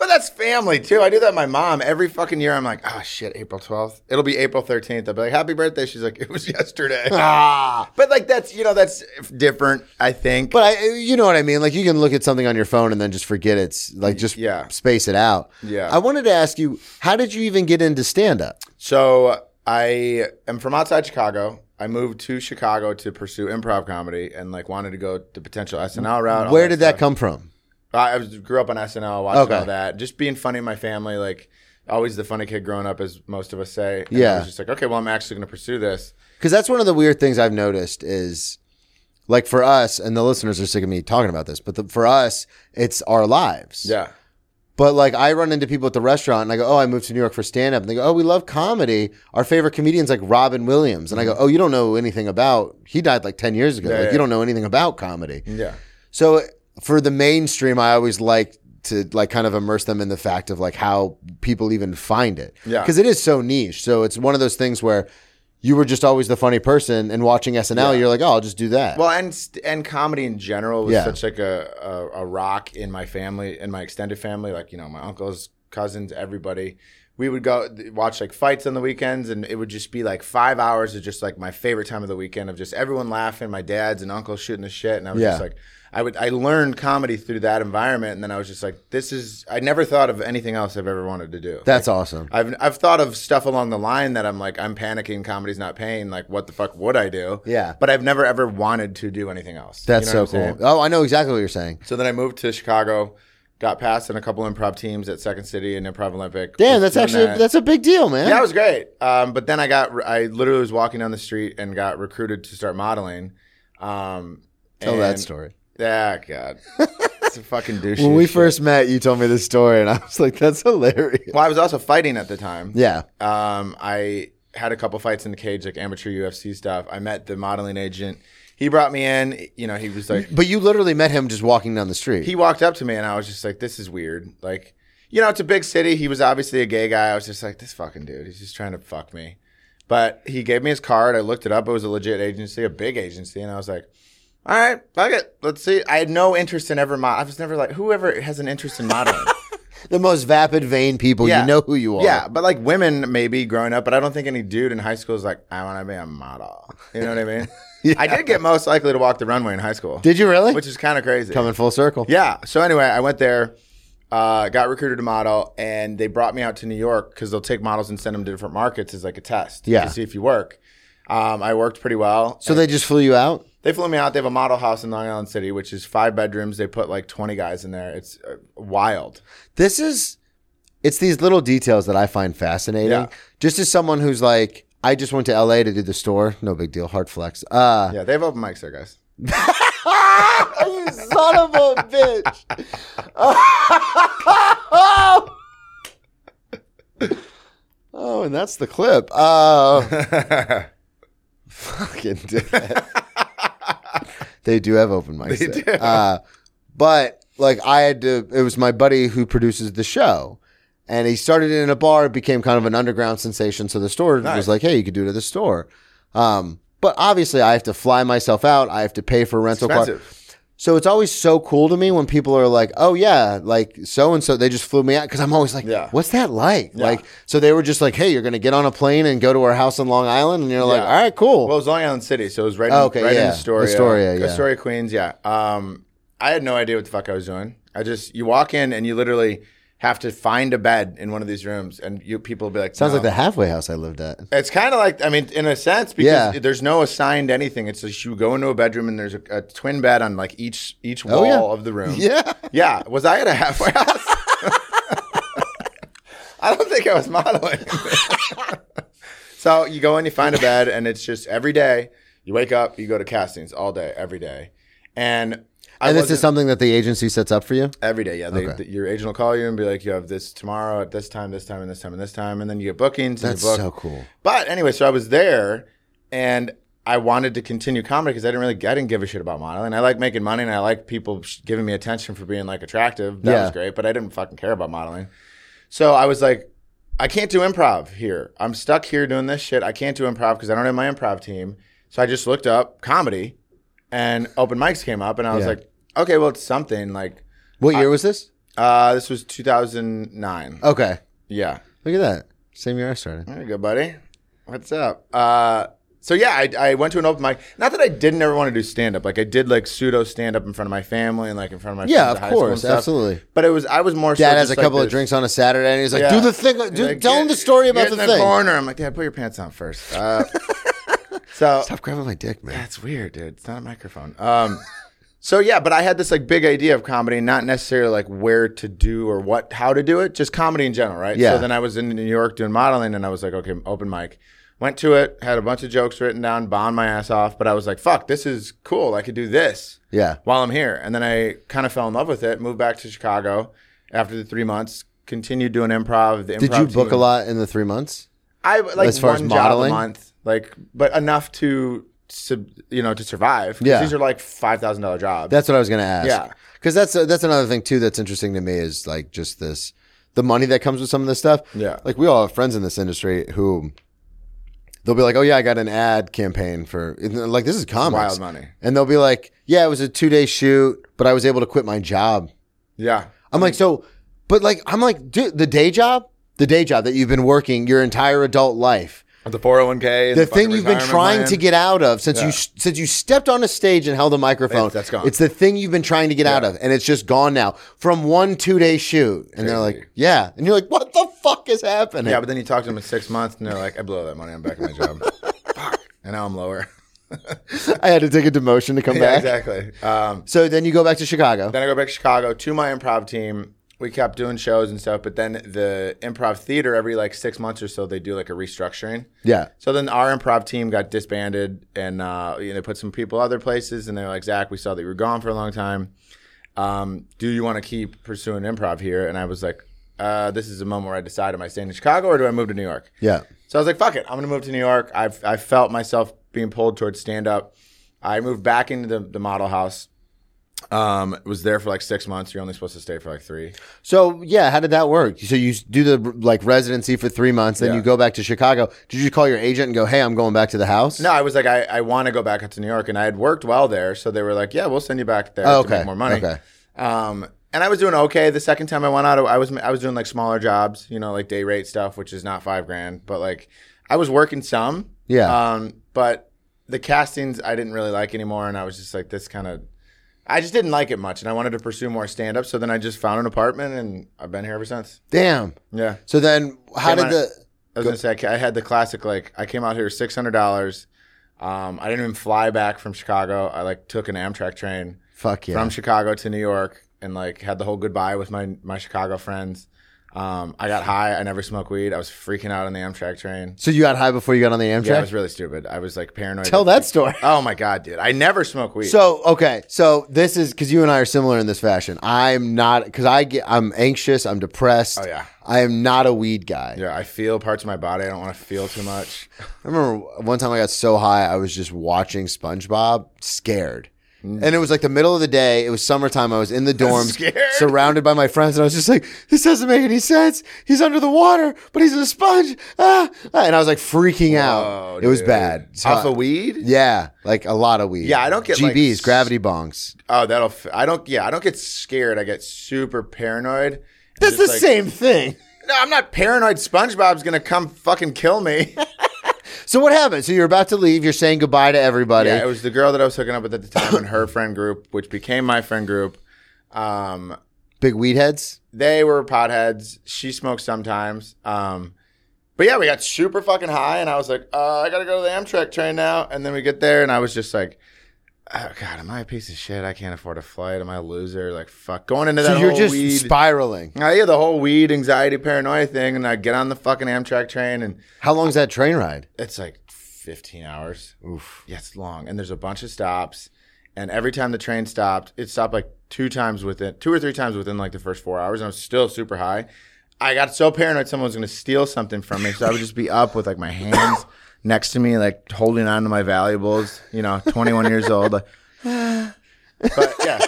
Speaker 3: But that's family too. I do that with my mom every fucking year. I'm like, oh shit, April 12th. It'll be April 13th. I'll be like, happy birthday. She's like, it was yesterday.
Speaker 2: Ah.
Speaker 3: But like that's you know that's different. I think.
Speaker 2: But I, you know what I mean. Like you can look at something on your phone and then just forget it's like just
Speaker 3: Yeah.
Speaker 2: space it out.
Speaker 3: Yeah.
Speaker 2: I wanted to ask you, how did you even get into stand up?
Speaker 3: so I am from outside Chicago. I moved to Chicago to pursue improv comedy and like wanted to go the potential SNL route. all
Speaker 2: Where did that
Speaker 3: stuff.
Speaker 2: come from?
Speaker 3: I I was, grew up on SNL, watching
Speaker 2: Okay.
Speaker 3: all that. Just being funny in my family, like always the funny kid growing up, as most of us say. And
Speaker 2: Yeah.
Speaker 3: I was just like, okay, well, I'm actually going to pursue this.
Speaker 2: Because that's one of the weird things I've noticed is like for us, and the listeners are sick of me talking about this, but the, for us, it's our lives.
Speaker 3: Yeah.
Speaker 2: But like I run into people at the restaurant and I go, Oh, I moved to New York for stand up. And they go, Oh, we love comedy. Our favorite comedian's like Robin Williams. And I go, Oh, you don't know anything about, he died like 10 years ago.
Speaker 3: Mm-hmm. Yeah,
Speaker 2: like
Speaker 3: yeah.
Speaker 2: you don't know anything about comedy.
Speaker 3: Yeah.
Speaker 2: So for the mainstream, I always like to like kind of immerse them in the fact of like how people even find it.
Speaker 3: Yeah.
Speaker 2: Cause it is so niche. So it's one of those things where you were just always the funny person and watching SNL, you're like, oh, I'll just do that.
Speaker 3: Well, and st- and comedy in general was
Speaker 2: Yeah.
Speaker 3: such like a, a a rock in my family, in my extended family, like you know my uncles, cousins, everybody. we would go th- watch like fights on the weekends, and it would just be like five hours of just like my favorite time of the weekend of just everyone laughing, my dads and uncles shooting the shit, and I was
Speaker 2: Yeah.
Speaker 3: just like, I would I learned comedy through that environment, and then I was just like, this is I never thought of anything else I've ever wanted to do.
Speaker 2: That's awesome.
Speaker 3: I've I've thought of stuff along the line that I'm like I'm panicking, comedy's not paying. Like, what the fuck would I do?
Speaker 2: Yeah.
Speaker 3: but I've never ever wanted to do anything else.
Speaker 2: That's
Speaker 3: You know what
Speaker 2: so
Speaker 3: I'm
Speaker 2: cool.
Speaker 3: saying?
Speaker 2: Oh, I know exactly what you're saying.
Speaker 3: So then I moved to Chicago, got passed in a couple improv teams at Second City and Improv Olympic.
Speaker 2: Damn,
Speaker 3: Was
Speaker 2: that's
Speaker 3: doing
Speaker 2: actually
Speaker 3: that.
Speaker 2: that's a big deal, man.
Speaker 3: yeah, it was great. Um, but then I got I literally was walking down the street and got recruited to start modeling. Um,
Speaker 2: Tell that
Speaker 3: and-
Speaker 2: story.
Speaker 3: Yeah, God, it's a fucking douche.
Speaker 2: When we first met, you told me this story, and I was like, "That's hilarious."
Speaker 3: well, I was also fighting at the time.
Speaker 2: Yeah,
Speaker 3: Um, I had a couple fights in the cage, like amateur UFC stuff. I met the modeling agent. He brought me in. You know, he was like,
Speaker 2: but you literally met him just walking down the street.
Speaker 3: he walked up to me, and I was just like, this is weird. Like, you know, it's a big city. He was obviously a gay guy. I was just like, this fucking dude. He's just trying to fuck me. But he gave me his card. I looked it up. It was a legit agency, a big agency, and I was like. All right, fuck it. Let's see. I had no interest in ever mod. I was never like, whoever has an interest in modeling.
Speaker 2: the most vapid, vain people.
Speaker 3: Yeah.
Speaker 2: You know who you are.
Speaker 3: Yeah, but like women maybe growing up, but I don't think any dude in high school is like, I want to be a model. You know what I mean? I did get most likely to walk the runway in high school,
Speaker 2: Did you really?
Speaker 3: which is kind of crazy.
Speaker 2: Coming full circle.
Speaker 3: Yeah. So anyway, I went there, uh, got recruited to model, and they brought me out to New York because they'll take models and send them to different markets as like a test
Speaker 2: Yeah.
Speaker 3: to see if you work. Um, I worked pretty well.
Speaker 2: So they just flew you out.
Speaker 3: They flew me out. They have a model house in Long Island City, which is five bedrooms. They put like 20 guys in there. It's uh, wild.
Speaker 2: This is, it's these little details that I find fascinating.
Speaker 3: Yeah.
Speaker 2: Just as someone who's like, I just went to LA to do the store. No big deal. Hard flex. Uh,
Speaker 3: Yeah, they have open mics there, guys.
Speaker 2: you son of a bitch. oh, and that's the clip. Uh, fucking dickhead. they do have open mics.
Speaker 3: They
Speaker 2: there.
Speaker 3: do.
Speaker 2: Uh, but like I had to, it was my buddy who produces the show. And he started it in a bar, it became kind of an underground sensation. So the store was
Speaker 3: Nice.
Speaker 2: like, hey, you could do it at the store. Um, but obviously, I have to fly myself out. I have to pay for a rental car.
Speaker 3: Expensive.
Speaker 2: So it's always so cool to me when people are like, "Oh yeah, like so and so," they just flew me out because I'm always like,
Speaker 3: Yeah.
Speaker 2: "What's that like?" Like, so they were just like, "Hey, you're gonna get on a plane and go to our house in Long Island," and you're like,
Speaker 3: Yeah.
Speaker 2: "All right, cool."
Speaker 3: Well, it was Long Island City, so it was right in,
Speaker 2: Oh, okay,
Speaker 3: right
Speaker 2: yeah.
Speaker 3: in uh, Astoria.
Speaker 2: Astoria, yeah.
Speaker 3: Astoria, Queens, yeah. Um, I had no idea what the fuck I was doing. I just, you walk in and you literally have to find a bed in one of these rooms, and you people will be like,
Speaker 2: Sounds
Speaker 3: "No."
Speaker 2: like the halfway house I lived at.
Speaker 3: It's kind of like, I mean, in a sense, because
Speaker 2: Yeah.
Speaker 3: there's no assigned anything. It's just you go into a bedroom and there's a, a twin bed on like each each wall
Speaker 2: Oh, yeah.
Speaker 3: of the room.
Speaker 2: Yeah,
Speaker 3: Yeah. Was I at a halfway house? I don't think I was modeling. so you go in, you find a bed, and it's just every day. You wake up, you go to castings all day, every day, and I
Speaker 2: and this is
Speaker 3: wasn't-
Speaker 2: something that the agency sets up for you.
Speaker 3: every day. Yeah, they,
Speaker 2: Okay.
Speaker 3: th- your agent will call you and be like, "You have this tomorrow at this time, this time, and this time, and this time," and then you get bookings.
Speaker 2: That's
Speaker 3: and you book.
Speaker 2: so cool.
Speaker 3: But anyway, so I was there and I wanted to continue comedy because I didn't really, I didn't give a shit about modeling. I like making money and I like people sh- giving me attention for being like attractive. That
Speaker 2: Yeah.
Speaker 3: was great, but I didn't fucking care about modeling. So I was like, I can't do improv here. I'm stuck here doing this shit. I can't do improv because I don't have my improv team. So I just looked up comedy and open mics came up and I was
Speaker 2: Yeah.
Speaker 3: like, okay, well, it's something. Like,
Speaker 2: What year was this?
Speaker 3: uh, this was 2009.
Speaker 2: Okay,
Speaker 3: Yeah.
Speaker 2: look at that. Same year I started.
Speaker 3: There you go, buddy. What's up? Uh, so yeah, I, I went to an open mic. Not that I didn't ever want to do stand up. Like I did like pseudo stand up in front of my family and like in front of my
Speaker 2: Yeah,
Speaker 3: friends at
Speaker 2: of
Speaker 3: high school and
Speaker 2: course,
Speaker 3: stuff.
Speaker 2: absolutely.
Speaker 3: But it was I was more. so
Speaker 2: Dad has a
Speaker 3: just like
Speaker 2: couple of
Speaker 3: this-
Speaker 2: drinks on a Saturday, and he's like,
Speaker 3: Yeah.
Speaker 2: "Do the thing.
Speaker 3: He's
Speaker 2: Do,
Speaker 3: like,
Speaker 2: tell
Speaker 3: "Get-
Speaker 2: him the story about
Speaker 3: get
Speaker 2: the
Speaker 3: in
Speaker 2: thing."
Speaker 3: corner. I'm like, Dad, put your pants on first. Uh, so
Speaker 2: Stop grabbing my dick, man.
Speaker 3: that's weird, dude. It's not a microphone. Um, so yeah, but I had this like big idea of comedy, not necessarily like where to do or what, how to do it, just comedy in general, right?
Speaker 2: Yeah.
Speaker 3: So then I was in New York doing modeling, and I was like, okay, open mic. Went to it, had a bunch of jokes written down, bombed my ass off, but I was like, fuck, this is cool. I could do this
Speaker 2: Yeah,
Speaker 3: while I'm here. And then I kind of fell in love with it. Moved back to Chicago after the three months. Continued doing improv. The improv
Speaker 2: did you book
Speaker 3: team-
Speaker 2: a lot in the three months?
Speaker 3: I like
Speaker 2: As far as
Speaker 3: one
Speaker 2: modeling?
Speaker 3: job a month, like, but enough to sub, you know to survive. 'Cause
Speaker 2: Yeah.
Speaker 3: these are like five thousand dollar jobs.
Speaker 2: That's what I was going to ask.
Speaker 3: Yeah.
Speaker 2: because that's that's another thing too that's interesting to me is like just this the money that comes with some of this stuff.
Speaker 3: Yeah.
Speaker 2: like we all have friends in this industry who they'll be like, "Oh yeah, I got an ad campaign for like this is comics,
Speaker 3: wild money.
Speaker 2: and they'll be like, "Yeah, it was a two day shoot, but I was able to quit my job."
Speaker 3: yeah,
Speaker 2: I'm like, so, but like I'm like, dude, the day job the day job that you've been working your entire adult life,
Speaker 3: The 401k.
Speaker 2: the thing you've been trying to get out of since you
Speaker 3: Yeah.
Speaker 2: since you stepped on a stage and held a microphone.
Speaker 3: It's- that's gone.
Speaker 2: It's the thing you've been trying to get out of, and it's just gone now from one two day shoot. And they're
Speaker 3: Crazy.
Speaker 2: like, "Yeah," and you're like, "What the fuck is happening?"
Speaker 3: Yeah, but then you talk to them in six months and they're like, I blew all that money. I'm back at my job. Fuck. And now I'm lower.
Speaker 2: I had to take a demotion to come
Speaker 3: yeah,
Speaker 2: back.
Speaker 3: exactly. Um,
Speaker 2: So then you go back to Chicago.
Speaker 3: then I go back to Chicago to my improv team. We kept doing shows and stuff, but then the improv theater, every like six months or so, they do like a restructuring.
Speaker 2: yeah.
Speaker 3: So then our improv team got disbanded, and uh, you know, they put some people other places, and they're like, Zach, we saw that you were gone for a long time. Um, do you want to keep pursuing improv here? And I was like, uh, this is the moment where I decide: am I staying in Chicago or do I move to New York?
Speaker 2: Yeah.
Speaker 3: So I was like, fuck it, I'm gonna move to New York. I've I felt myself being pulled towards stand up. I moved back into the, the model house. Um, was there for like six months. You're only supposed to stay for like three.
Speaker 2: So yeah, how did that work? So you do the like residency for three months, then
Speaker 3: Yeah.
Speaker 2: you go back to Chicago. Did you call your agent and go, "Hey, I'm going back to the house"?
Speaker 3: No, I was like, I, I want to go back to New York, and I had worked well there, so they were like, yeah, we'll send you back there
Speaker 2: Oh,
Speaker 3: to
Speaker 2: okay.
Speaker 3: make more money.
Speaker 2: Okay.
Speaker 3: Um, and I was doing okay. The second time I went out, I was I was doing like smaller jobs, you know, like day rate stuff, which is not five grand, but like I was working some.
Speaker 2: Yeah.
Speaker 3: Um, but the castings I didn't really like anymore, and I was just like, this kind of. I just didn't like it much, and I wanted to pursue more stand up. So then I just found an apartment, and I've been here ever since.
Speaker 2: Damn.
Speaker 3: Yeah.
Speaker 2: So then, how
Speaker 3: Came
Speaker 2: did
Speaker 3: on-
Speaker 2: the?
Speaker 3: I was gonna say I ca- I had the classic like I came out here six hundred dollars. Um, I didn't even fly back from Chicago. I like took an Amtrak train
Speaker 2: Fuck yeah.
Speaker 3: from Chicago to New York and like had the whole goodbye with my my Chicago friends. Um, I got high. I never smoke weed. I was freaking out on the Amtrak train.
Speaker 2: so you got high before you got on the Amtrak.
Speaker 3: Yeah, I was really stupid. I was like paranoid.
Speaker 2: Tell that story.
Speaker 3: Oh my god, dude! I never smoke weed.
Speaker 2: So okay, so this is because you and I are similar in this fashion. I'm not because I get I'm anxious, I'm depressed.
Speaker 3: Oh, yeah.
Speaker 2: I am not a weed guy.
Speaker 3: yeah, I feel parts of my body. I don't want to feel too much.
Speaker 2: I remember one time I got so high I was just watching SpongeBob, scared. And it was like the middle of the day. It was summertime. I was in the dorm,
Speaker 3: Scared?
Speaker 2: surrounded by my friends, and I was just like, "This doesn't make any sense. He's under the water, but he's a sponge." Ah. And I was like freaking out.
Speaker 3: Oh,
Speaker 2: It was
Speaker 3: dude.
Speaker 2: bad. So
Speaker 3: Off
Speaker 2: I-
Speaker 3: of weed?
Speaker 2: Yeah, like a lot of weed.
Speaker 3: Yeah, I don't get, like,
Speaker 2: GBs,
Speaker 3: s-
Speaker 2: gravity bongs.
Speaker 3: Oh, that'll. F- I don't. Yeah, I don't get scared. I get super paranoid.
Speaker 2: That's the
Speaker 3: Just, like-
Speaker 2: same thing.
Speaker 3: No, I'm not paranoid. SpongeBob's gonna come fucking kill me.
Speaker 2: So what happened? So you're about to leave. You're saying goodbye to everybody.
Speaker 3: yeah, it was the girl that I was hooking up with at the time and her friend group, which became my friend group. Um,
Speaker 2: Big weed heads.
Speaker 3: they were potheads. She smoked sometimes. Um, but yeah, we got super fucking high, and I was like, uh, I gotta go to the Amtrak train now. And then we get there, and I was just like, Oh god, am I a piece of shit? I can't afford a flight. Am I a loser? Like fuck, going into that
Speaker 2: So you're
Speaker 3: whole
Speaker 2: just
Speaker 3: weed.
Speaker 2: spiraling.
Speaker 3: I hear the whole weed anxiety paranoia thing, and I get on the fucking Amtrak train, and
Speaker 2: How long's that train ride?
Speaker 3: it's like 15 hours. Oof. Yeah, it's long. And there's a bunch of stops. And every time the train stopped, it stopped like two times within, two or three times within like the first four hours. And I was still super high. I got so paranoid someone was going to steal something from me. So I would just be up with like my hands next to me, like holding on to my valuables, you know, 21 years old. Like, but yeah,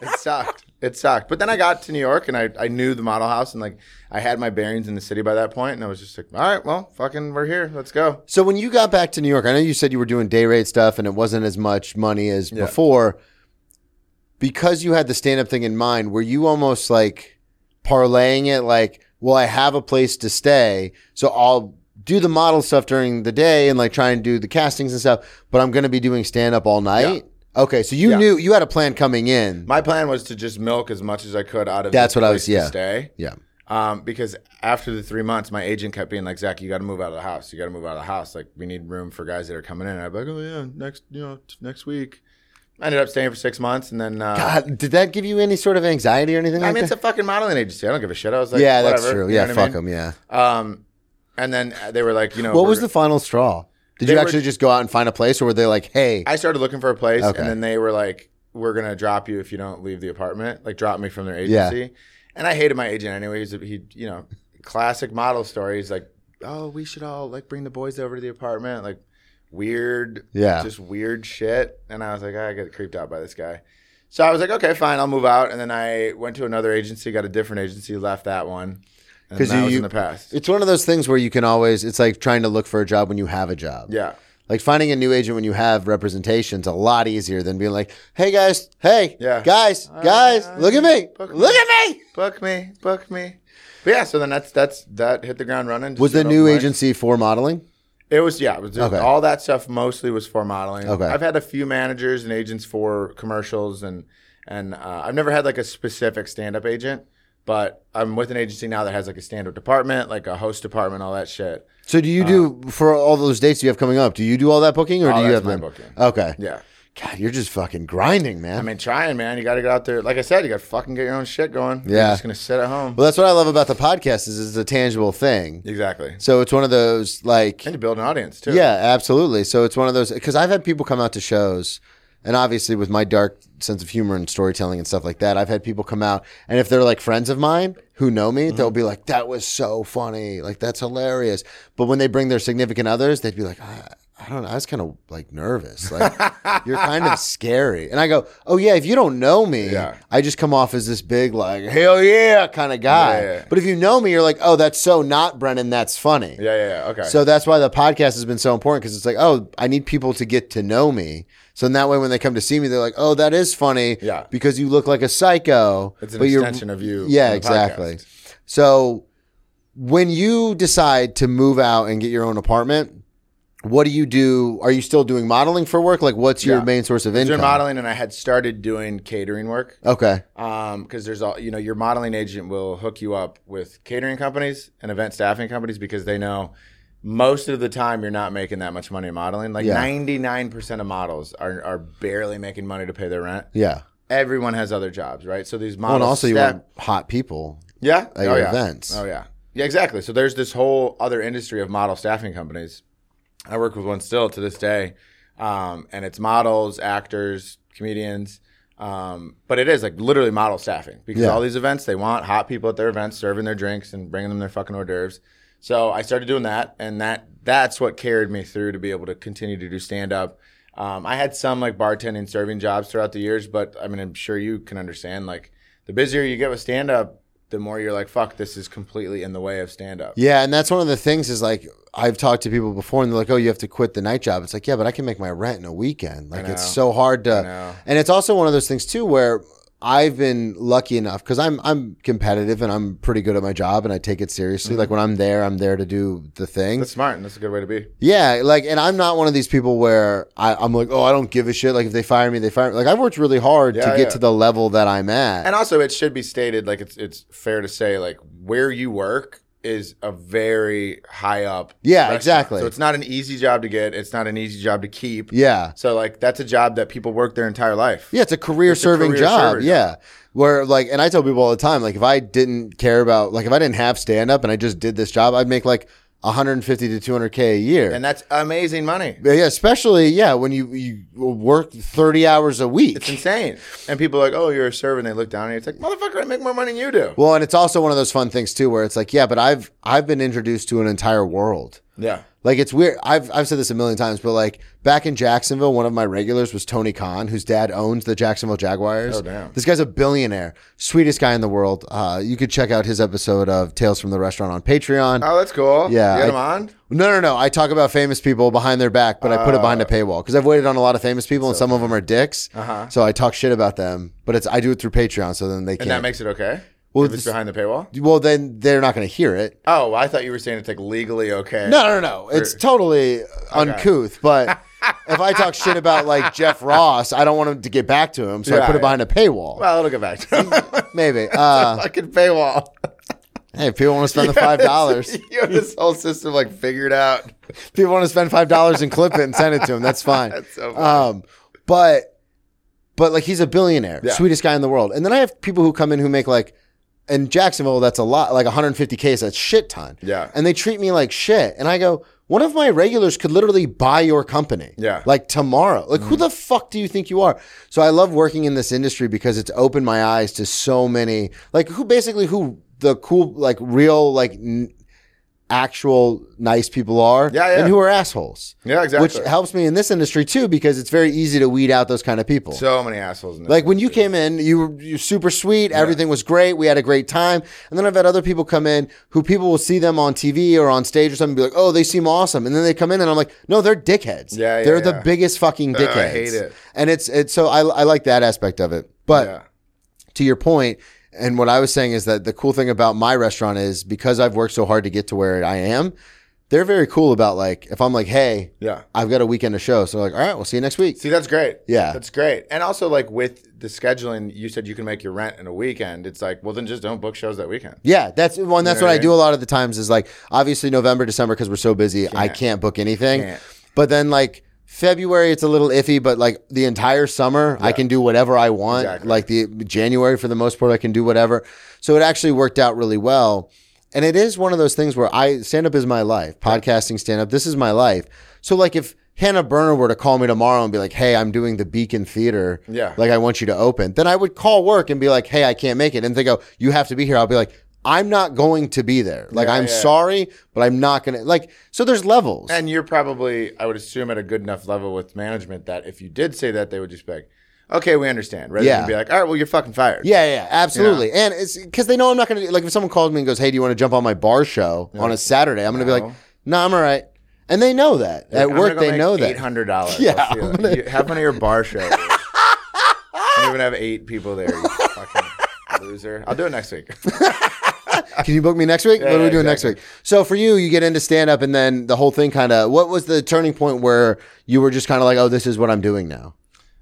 Speaker 3: it sucked. It sucked. But then I got to New York and I, I knew the model house and like I had my bearings in the city by that point and I was just like, all right, well, fucking, we're here. Let's go.
Speaker 2: So when you got back to New York, I know you said you were doing day rate stuff and it wasn't as much money as before. Because you had the stand up thing in mind, were you almost like parlaying it like, well, I have a place to stay, so I'll do the model stuff during the day and like try and do the castings and stuff, but I'm going to be doing stand up all night? Okay, so you
Speaker 3: Yeah.
Speaker 2: knew you had a plan coming in.
Speaker 3: My plan was to just milk as much as I could out of
Speaker 2: That's
Speaker 3: this
Speaker 2: what I
Speaker 3: place
Speaker 2: was- yeah.
Speaker 3: To stay.
Speaker 2: yeah.
Speaker 3: Um, because after the three months, my agent kept being like, Zach, you got to move out of the house. You got to move out of the house. Like, we need room for guys that are coming in. And I'd be like, oh, yeah, next, you know, t- next week. I ended up staying for six months. And then, uh,
Speaker 2: God, did that give you any sort of anxiety or anything
Speaker 3: I
Speaker 2: like
Speaker 3: mean, it's
Speaker 2: that?
Speaker 3: a fucking modeling agency. I don't give a shit. I was like,
Speaker 2: yeah, that's
Speaker 3: whatever.
Speaker 2: true.
Speaker 3: You
Speaker 2: Yeah,
Speaker 3: know what I
Speaker 2: fuck
Speaker 3: mean?
Speaker 2: them. Yeah.
Speaker 3: Um, and then uh, they were like, you know,
Speaker 2: What
Speaker 3: we're
Speaker 2: was
Speaker 3: gonna-
Speaker 2: the final straw? Did
Speaker 3: They
Speaker 2: you
Speaker 3: were-
Speaker 2: actually just go out and find a place, or were they like, "Hey,
Speaker 3: I started looking for a place,
Speaker 2: Okay.
Speaker 3: and then they were like, "We're gonna drop you if you don't leave the apartment. Like, drop me from their
Speaker 2: Yeah.
Speaker 3: agency." And I hated my agent anyway. He's a- he, you know, classic model story. He's like, "Oh, we should all like bring the boys over to the apartment." Like, weird,
Speaker 2: Yeah.
Speaker 3: just weird shit. And I was like, I get creeped out by this guy. So I was like, okay, fine, I'll move out. And then I went to another agency, got a different agency, left that one. And
Speaker 2: 'Cause
Speaker 3: that
Speaker 2: you-
Speaker 3: was
Speaker 2: you-
Speaker 3: in the past.
Speaker 2: It's one of those things where you can always, it's like trying to look for a job when you have a job.
Speaker 3: yeah.
Speaker 2: Like finding a new agent when you have representation's a lot easier than being like, "Hey guys, hey
Speaker 3: Yeah.
Speaker 2: guys, guys, look at me,
Speaker 3: book me.
Speaker 2: look at me."
Speaker 3: Book me, book me. But yeah, so then that's that's that hit the ground running. Just
Speaker 2: Was the
Speaker 3: did
Speaker 2: new
Speaker 3: open mics.
Speaker 2: agency for modeling?
Speaker 3: It was yeah. It was just-
Speaker 2: Okay.
Speaker 3: All that stuff mostly was for modeling.
Speaker 2: Okay.
Speaker 3: I've had a few managers and agents for commercials and and uh, I've never had like a specific stand up agent, but I'm with an agency now that has like a stand up department, like a host department, all that shit.
Speaker 2: So do you do for all those dates you have coming up? Do you do all that booking, or
Speaker 3: Oh,
Speaker 2: do you
Speaker 3: that's
Speaker 2: have
Speaker 3: my
Speaker 2: them?
Speaker 3: booking.
Speaker 2: Okay.
Speaker 3: Yeah.
Speaker 2: God, you're just fucking grinding, man.
Speaker 3: I mean, trying, man. You got to get out there. Like I said, you got to fucking get your own shit going. You're
Speaker 2: Yeah.
Speaker 3: just gonna sit at home.
Speaker 2: well, that's what I love about the podcast is it's a tangible thing.
Speaker 3: exactly.
Speaker 2: So it's one of those like
Speaker 3: And you build an audience too.
Speaker 2: Yeah, absolutely. So it's one of those because I've had people come out to shows, and obviously with my dark sense of humor and storytelling and stuff like that, I've had people come out, and if they're like friends of mine who know me,
Speaker 3: Mm-hmm.
Speaker 2: they'll be like, "That was so funny, like that's hilarious." But when they bring their significant others, they'd be like, "I, I don't know, I was kind of like nervous, like you're kind of scary." And I go, "Oh yeah, if you don't know me,
Speaker 3: Yeah.
Speaker 2: I just come off as this big like hell yeah kind of guy.
Speaker 3: Yeah, yeah.
Speaker 2: But if you know me, you're like, oh, that's so not Brennan, that's funny.
Speaker 3: Yeah. Yeah. yeah. Okay.
Speaker 2: So that's why the podcast has been so important because it's like, oh, I need people to get to know me. So in that way, when they come to see me, they're like, oh, that is funny.
Speaker 3: Yeah.
Speaker 2: Because you look like a psycho.
Speaker 3: it's an
Speaker 2: but you're-
Speaker 3: extension of you.
Speaker 2: Yeah,
Speaker 3: on the
Speaker 2: exactly.
Speaker 3: podcast.
Speaker 2: So when you decide to move out and get your own apartment, what do you do? Are you still doing modeling for work? Like, what's your
Speaker 3: Yeah.
Speaker 2: main source of
Speaker 3: Doing
Speaker 2: income?
Speaker 3: modeling, and I had started doing catering work.
Speaker 2: Okay.
Speaker 3: um because there's all you know your modeling agent will hook you up with catering companies and event staffing companies because they know most of the time you're not making that much money in modeling like
Speaker 2: Yeah.
Speaker 3: 99% of models are, are barely making money to pay their rent
Speaker 2: Yeah.
Speaker 3: everyone has other jobs right so these
Speaker 2: Well,
Speaker 3: models
Speaker 2: and also, you
Speaker 3: step-
Speaker 2: want hot people.
Speaker 3: yeah
Speaker 2: at your
Speaker 3: yeah.
Speaker 2: events.
Speaker 3: oh yeah yeah exactly so there's this whole other industry of model staffing companies i work with one still to this day um, and it's models actors comedians um, but it is like literally model staffing because
Speaker 2: Yeah.
Speaker 3: all these events they want hot people at their events serving their drinks and bringing them their fucking hors d'oeuvres so i started doing that and that that's what carried me through to be able to continue to do stand up um, i had some like bartending serving jobs throughout the years but i mean i'm sure you can understand like the busier you get with stand up the more you're like fuck this is completely in the way of stand up
Speaker 2: Yeah, and that's one of the things is like I've talked to people before, and they're like, "Oh, you have to quit the night job." It's like, yeah, but I can make my rent in a weekend. Like it's so hard
Speaker 3: know.
Speaker 2: to, and it's also one of those things too where I've been lucky enough because I'm I'm competitive and I'm pretty good at my job and I take it seriously. Like when I'm there, I'm there to do the thing.
Speaker 3: Mm-hmm. that's smart and that's a good way to be
Speaker 2: Yeah, like, and I'm not one of these people where I, I'm like, oh, I don't give a shit. Like, if they fire me, they fire me. Like, I've worked really hard to
Speaker 3: Yeah,
Speaker 2: get
Speaker 3: yeah.
Speaker 2: to the level that I'm at.
Speaker 3: And also, it should be stated like it's it's fair to say like where you work is a very high up.
Speaker 2: Yeah,
Speaker 3: restaurant.
Speaker 2: exactly.
Speaker 3: So it's not an easy job to get. It's not an easy job to keep.
Speaker 2: yeah.
Speaker 3: So like that's a job that people work their entire life.
Speaker 2: Yeah, it's a career
Speaker 3: a
Speaker 2: serving
Speaker 3: career
Speaker 2: job.
Speaker 3: server job.
Speaker 2: yeah. Where like and I tell people all the time, like if I didn't care about like if I didn't have stand up and I just did this job, I'd make like 150 to 200 K a year.
Speaker 3: And that's amazing money.
Speaker 2: But yeah, especially yeah, when you you work 30 hours a week.
Speaker 3: It's insane. And people are like, oh, you're a server, and they look down and it's like, motherfucker, I make more money than you do.
Speaker 2: well, and it's also one of those fun things too where it's like, yeah, but I've I've been introduced to an entire world.
Speaker 3: Yeah.
Speaker 2: Like it's weird. I've I've said this a million times, but like back in Jacksonville, one of my regulars was Tony Khan, whose dad owns the Jacksonville Jaguars.
Speaker 3: Oh, damn.
Speaker 2: This guy's a billionaire, sweetest guy in the world. Uh, you could check out his episode of Tales from the Restaurant on Patreon.
Speaker 3: Oh, that's cool.
Speaker 2: Yeah,
Speaker 3: You
Speaker 2: I-
Speaker 3: had 'em on.
Speaker 2: no, no, no. I talk about famous people behind their back, but I put it behind a
Speaker 3: Oh.
Speaker 2: paywall because I've waited on a lot of famous people, and some of them are dicks. Uh-huh. So I talk shit about them, but it's I do it through Patreon, so then they
Speaker 3: And
Speaker 2: can't.
Speaker 3: that makes it okay.
Speaker 2: Well,
Speaker 3: if it's
Speaker 2: this-
Speaker 3: behind the paywall.
Speaker 2: well, then they're not going to hear it.
Speaker 3: Oh, I thought you were saying it's like legally okay.
Speaker 2: No, no, no. It's totally uncouth. But if I talk shit about like Jeff Ross, I don't want him to get back to him, so I
Speaker 3: Yeah,
Speaker 2: put it
Speaker 3: yeah.
Speaker 2: behind a paywall.
Speaker 3: Well, it'll get back to
Speaker 2: Maybe. Uh,
Speaker 3: fucking paywall.
Speaker 2: hey, if people want to spend the five dollars,
Speaker 3: you have this whole system like figured out.
Speaker 2: people want to spend five dollars and clip it and send it to him. That's fine.
Speaker 3: That's so funny.
Speaker 2: um, but but like he's a billionaire,
Speaker 3: Yeah.
Speaker 2: sweetest guy in the world. And then I have people who come in who make like. In Jacksonville, that's a lot, like 150K is a shit ton.
Speaker 3: Yeah.
Speaker 2: And they treat me like shit. And I go, one of my regulars could literally buy your company.
Speaker 3: Yeah. Mm-hmm.
Speaker 2: Like tomorrow. Like, who the fuck do you think you are? So I love working in this industry because it's opened my eyes to so many, like, who basically who the cool, like, real, like, n- actual nice people are
Speaker 3: Yeah, yeah.
Speaker 2: and who are assholes.
Speaker 3: Yeah, exactly.
Speaker 2: Which helps me in this industry too because it's very easy to weed out those kind of people.
Speaker 3: So many assholes in this.
Speaker 2: Like when you came in, you were, you were super sweet. Everything was great. We had a great time. And then I've had other people come in who people will see them on TV or on stage or something and be like, oh, they seem awesome. And then they come in and I'm like, no, they're dickheads.
Speaker 3: Yeah, yeah,
Speaker 2: They're the
Speaker 3: yeah.
Speaker 2: biggest fucking
Speaker 3: Ugh, I
Speaker 2: dickheads.
Speaker 3: hate it.
Speaker 2: And it's, it's so I, I like that aspect of it. But
Speaker 3: yeah.
Speaker 2: to your point, and what I was saying is that the cool thing about my restaurant is because I've worked so hard to get to where I am, they're very cool about like, if I'm like, hey,
Speaker 3: Yeah.
Speaker 2: I've got a weekend to show. So like, all right, we'll see you next week.
Speaker 3: See, that's great.
Speaker 2: Yeah.
Speaker 3: That's great. And also, like with the scheduling, you said you can make your rent in a weekend. It's like, well, then just don't book shows that weekend.
Speaker 2: Yeah, that's well, and that's what I
Speaker 3: Right.
Speaker 2: do a lot of the times is like obviously November, December because we're so busy, I can't book anything.
Speaker 3: Can't.
Speaker 2: But then like February, it's a little iffy, but like the entire summer, I can do whatever I want.
Speaker 3: Exactly.
Speaker 2: Like the January for the most part, I can do whatever. So it actually worked out really well. And it is one of those things where I stand up is my life, podcasting stand up. This is my life. So like if Hannah Berner were to call me tomorrow and be like, "Hey, I'm doing the Beacon Theater.
Speaker 3: Yeah.
Speaker 2: like I want you to open." Then I would call work and be like, "Hey, I can't make it." And they go, "You have to be here." I'll be like, "I'm not going to be there. Like,
Speaker 3: Yeah,
Speaker 2: I'm
Speaker 3: yeah.
Speaker 2: sorry, but I'm not gonna like." So there's levels.
Speaker 3: And you're probably, I would assume, at a good enough level with management that if you did say that, they would just be like, okay, we understand. Rather
Speaker 2: Yeah.
Speaker 3: than be like, all right, well, you're fucking fired.
Speaker 2: Yeah, yeah, yeah, absolutely. And it's because they know I'm not going to like if someone calls me and goes, "Hey, do you want to jump on my bar show on a Saturday?" I'm going to be
Speaker 3: No.
Speaker 2: like, "No, I'm all right." And they know that at work. they know
Speaker 3: Eight
Speaker 2: that.
Speaker 3: hundred dollars.
Speaker 2: Yeah,
Speaker 3: Yeah,
Speaker 2: I'm gonna-
Speaker 3: you, have one of your bar shows. you don't even have eight people there. You fucking loser. I'll do it next week.
Speaker 2: Can you book me next week? what are we
Speaker 3: yeah,
Speaker 2: doing next week? So for you, you get into stand up, and then the whole thing kind of. What was the turning point where you were just kind of like, "Oh, this is what I'm doing now."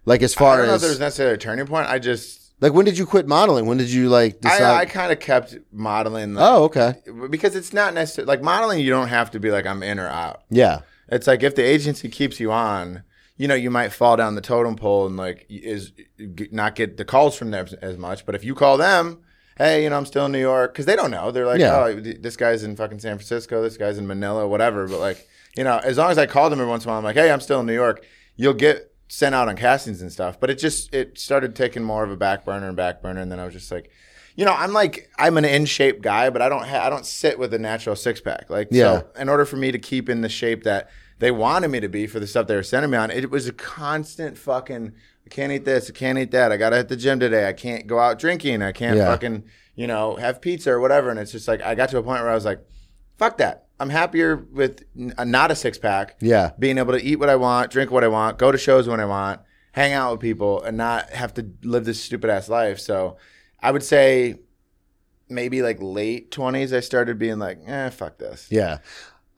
Speaker 2: Like as
Speaker 3: I
Speaker 2: far
Speaker 3: don't know if
Speaker 2: as
Speaker 3: there's necessarily a turning point. I just,
Speaker 2: like when did you quit modeling? When did you like decide?
Speaker 3: I, I kind of kept modeling. Like,
Speaker 2: oh, okay,
Speaker 3: because it's not necessarily like modeling. You don't have to be like I'm in or out.
Speaker 2: yeah,
Speaker 3: It's like if the agency keeps you on, you know, you might fall down the totem pole and like is g- not get the calls from them as much. But if you call them, hey, you know, I'm still in New York because they don't know. They're like,
Speaker 2: Yeah.
Speaker 3: oh, th- this guy's in fucking San Francisco. This guy's in Manila, whatever. But like, you know, as long as I call them every once in a while, I'm like, hey, I'm still in New York. You'll get sent out on castings and stuff. But it just it started taking more of a back burner and back burner, and then I was just like. You know, I'm like I'm an in shape guy, but I don't ha- I don't sit with a natural six pack. Like,
Speaker 2: Yeah.
Speaker 3: so in order for me to keep in the shape that they wanted me to be for the stuff they were sending me on, it was a constant fucking. I can't eat this. I can't eat that. I gotta hit the gym today. I can't go out drinking. I can't
Speaker 2: Yeah.
Speaker 3: fucking you know have pizza or whatever. And it's just like I got to a point where I was like, fuck that. I'm happier with n- uh, not a six pack.
Speaker 2: Yeah.
Speaker 3: being able to eat what I want, drink what I want, go to shows when I want, hang out with people, and not have to live this stupid ass life. So, I would say. Maybe like late twenties, I started being like, "Eh, fuck this."
Speaker 2: Yeah.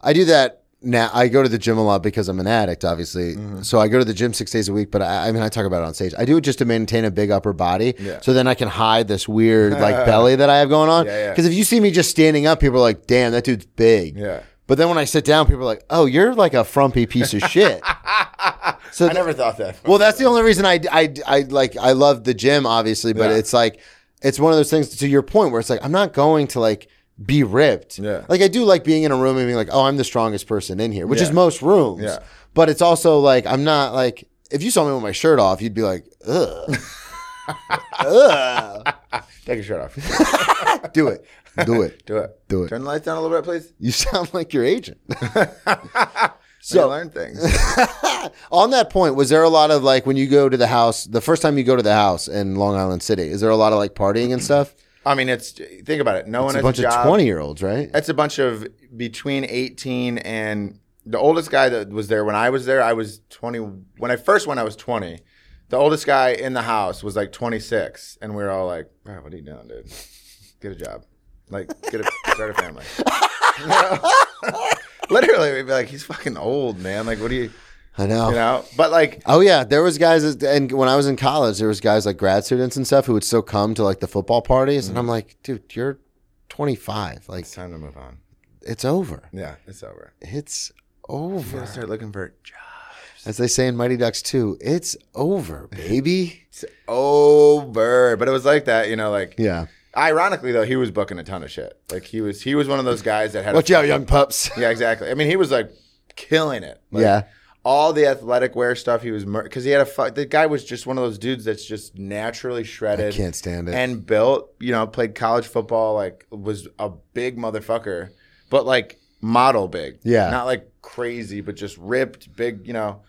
Speaker 2: I do that now. I go to the gym a lot because I'm an addict, obviously.
Speaker 3: Mm-hmm.
Speaker 2: So I go to the gym six days a week, but I, I mean, I talk about it on stage. I do it just to maintain a big upper body.
Speaker 3: Yeah.
Speaker 2: So then I can hide this weird like belly that I have going on.
Speaker 3: Yeah, yeah.
Speaker 2: Because if you see me just standing up, people are like, damn, that dude's big.
Speaker 3: Yeah.
Speaker 2: But then when I sit down, people are like, oh, you're like a frumpy piece of shit. so
Speaker 3: I never thought that.
Speaker 2: well, that's the only reason I, I, I like I love the gym, obviously, but
Speaker 3: Yeah.
Speaker 2: it's like it's one of those things to your point where it's like I'm not going to like be ripped.
Speaker 3: Yeah.
Speaker 2: Like I do like being in a room and being like, oh, I'm the strongest person in here, which is
Speaker 3: Yeah.
Speaker 2: most rooms.
Speaker 3: Yeah.
Speaker 2: But it's also like I'm not like if you saw me with my shirt off, you'd be like, ugh, ugh,
Speaker 3: Take your shirt off.
Speaker 2: do it, do it.
Speaker 3: Do it.
Speaker 2: Do it.
Speaker 3: Turn the lights down a little bit, please.
Speaker 2: You sound like your agent.
Speaker 3: So
Speaker 2: So-
Speaker 3: I learn things.
Speaker 2: On that point, was there a lot of like when you go to the house, the first time you go to the house in Long Island City, is there a lot of like partying and stuff?
Speaker 3: I mean, it's think about it. No one
Speaker 2: It's a
Speaker 3: has
Speaker 2: bunch
Speaker 3: a job.
Speaker 2: of 20 year olds, right?
Speaker 3: That's a bunch of between eighteen and the oldest guy that was there when I was there. I was twenty when I first went. I was twenty. The oldest guy in the house was like twenty six, and we were all like, "Bro, "What are you doing, dude? Get a job, like get a start a family." You know? Literally, we'd be like, "He's fucking old, man. Like, what do you,
Speaker 2: I know.
Speaker 3: you know?" But like,
Speaker 2: Oh yeah, there was guys, and when I was in college, there was guys like grad students and stuff who would still come to like the football parties, and I'm like, dude, you're 25, like
Speaker 3: it's time to move on.
Speaker 2: it's over,
Speaker 3: Yeah, it's over.
Speaker 2: it's
Speaker 3: You
Speaker 2: over,
Speaker 3: gotta start looking for a job.
Speaker 2: as they say in Mighty Ducks 2, it's over, baby.
Speaker 3: It's over. But it was like that, you know, like
Speaker 2: yeah,
Speaker 3: ironically though, he was booking a ton of shit. Like he was he was one of those guys that had a-
Speaker 2: watch out, young pups.
Speaker 3: Yeah, exactly. I mean, he was like killing it. Like,
Speaker 2: Yeah.
Speaker 3: All the athletic wear stuff he was because he had a fu- the guy was just one of those dudes that's just naturally shredded.
Speaker 2: can't stand it.
Speaker 3: And built, you know, played college football, like was a big motherfucker. But like model big.
Speaker 2: Yeah.
Speaker 3: Not like crazy, but just ripped, big, you know.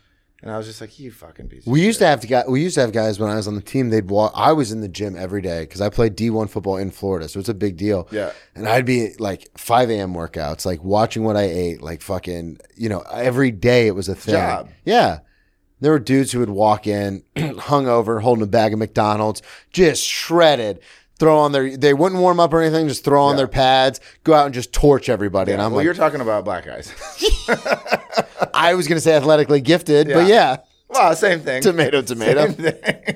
Speaker 3: And I was just like, you fucking piece. of
Speaker 2: We used to have to guy, we used to have guys when I was on the team. They'd walk. I was in the gym every day because I played D one football in Florida, so it's a big deal.
Speaker 3: Yeah.
Speaker 2: and I'd be like five a.m. workouts, like watching what I ate, like fucking, you know, every day it was a thing.
Speaker 3: Job.
Speaker 2: Yeah, there were dudes who would walk in, hungover, holding a bag of McDonald's, just shredded. Throw on their, they wouldn't warm up or anything. Just throw on their pads, go out and just torch everybody. and I'm
Speaker 3: well,
Speaker 2: like,
Speaker 3: you're talking about black guys.
Speaker 2: I was gonna say athletically gifted, but yeah,
Speaker 3: Yeah. well, same thing.
Speaker 2: tomato, tomato.
Speaker 3: Same thing.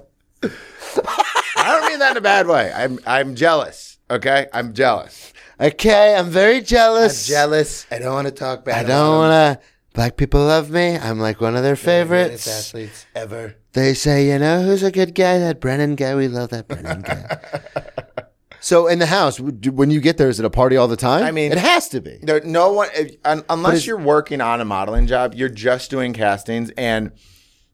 Speaker 3: I don't mean that in a bad way. I'm I'm jealous. Okay, I'm jealous.
Speaker 2: Okay, I'm very jealous.
Speaker 3: jealous. I don't want to talk bad.
Speaker 2: I don't want to. Black people love me. I'm like one of their favorites.
Speaker 3: athletes ever.
Speaker 2: They say, you know, who's a good guy? That Brennan guy. We love that Brennan guy. so in the house, w- do- when you get there, is it a party all the time?
Speaker 3: I mean-
Speaker 2: it has to be.
Speaker 3: There, no one, if, un,
Speaker 2: it's-
Speaker 3: unless you're working on a modeling job, you're just doing castings. And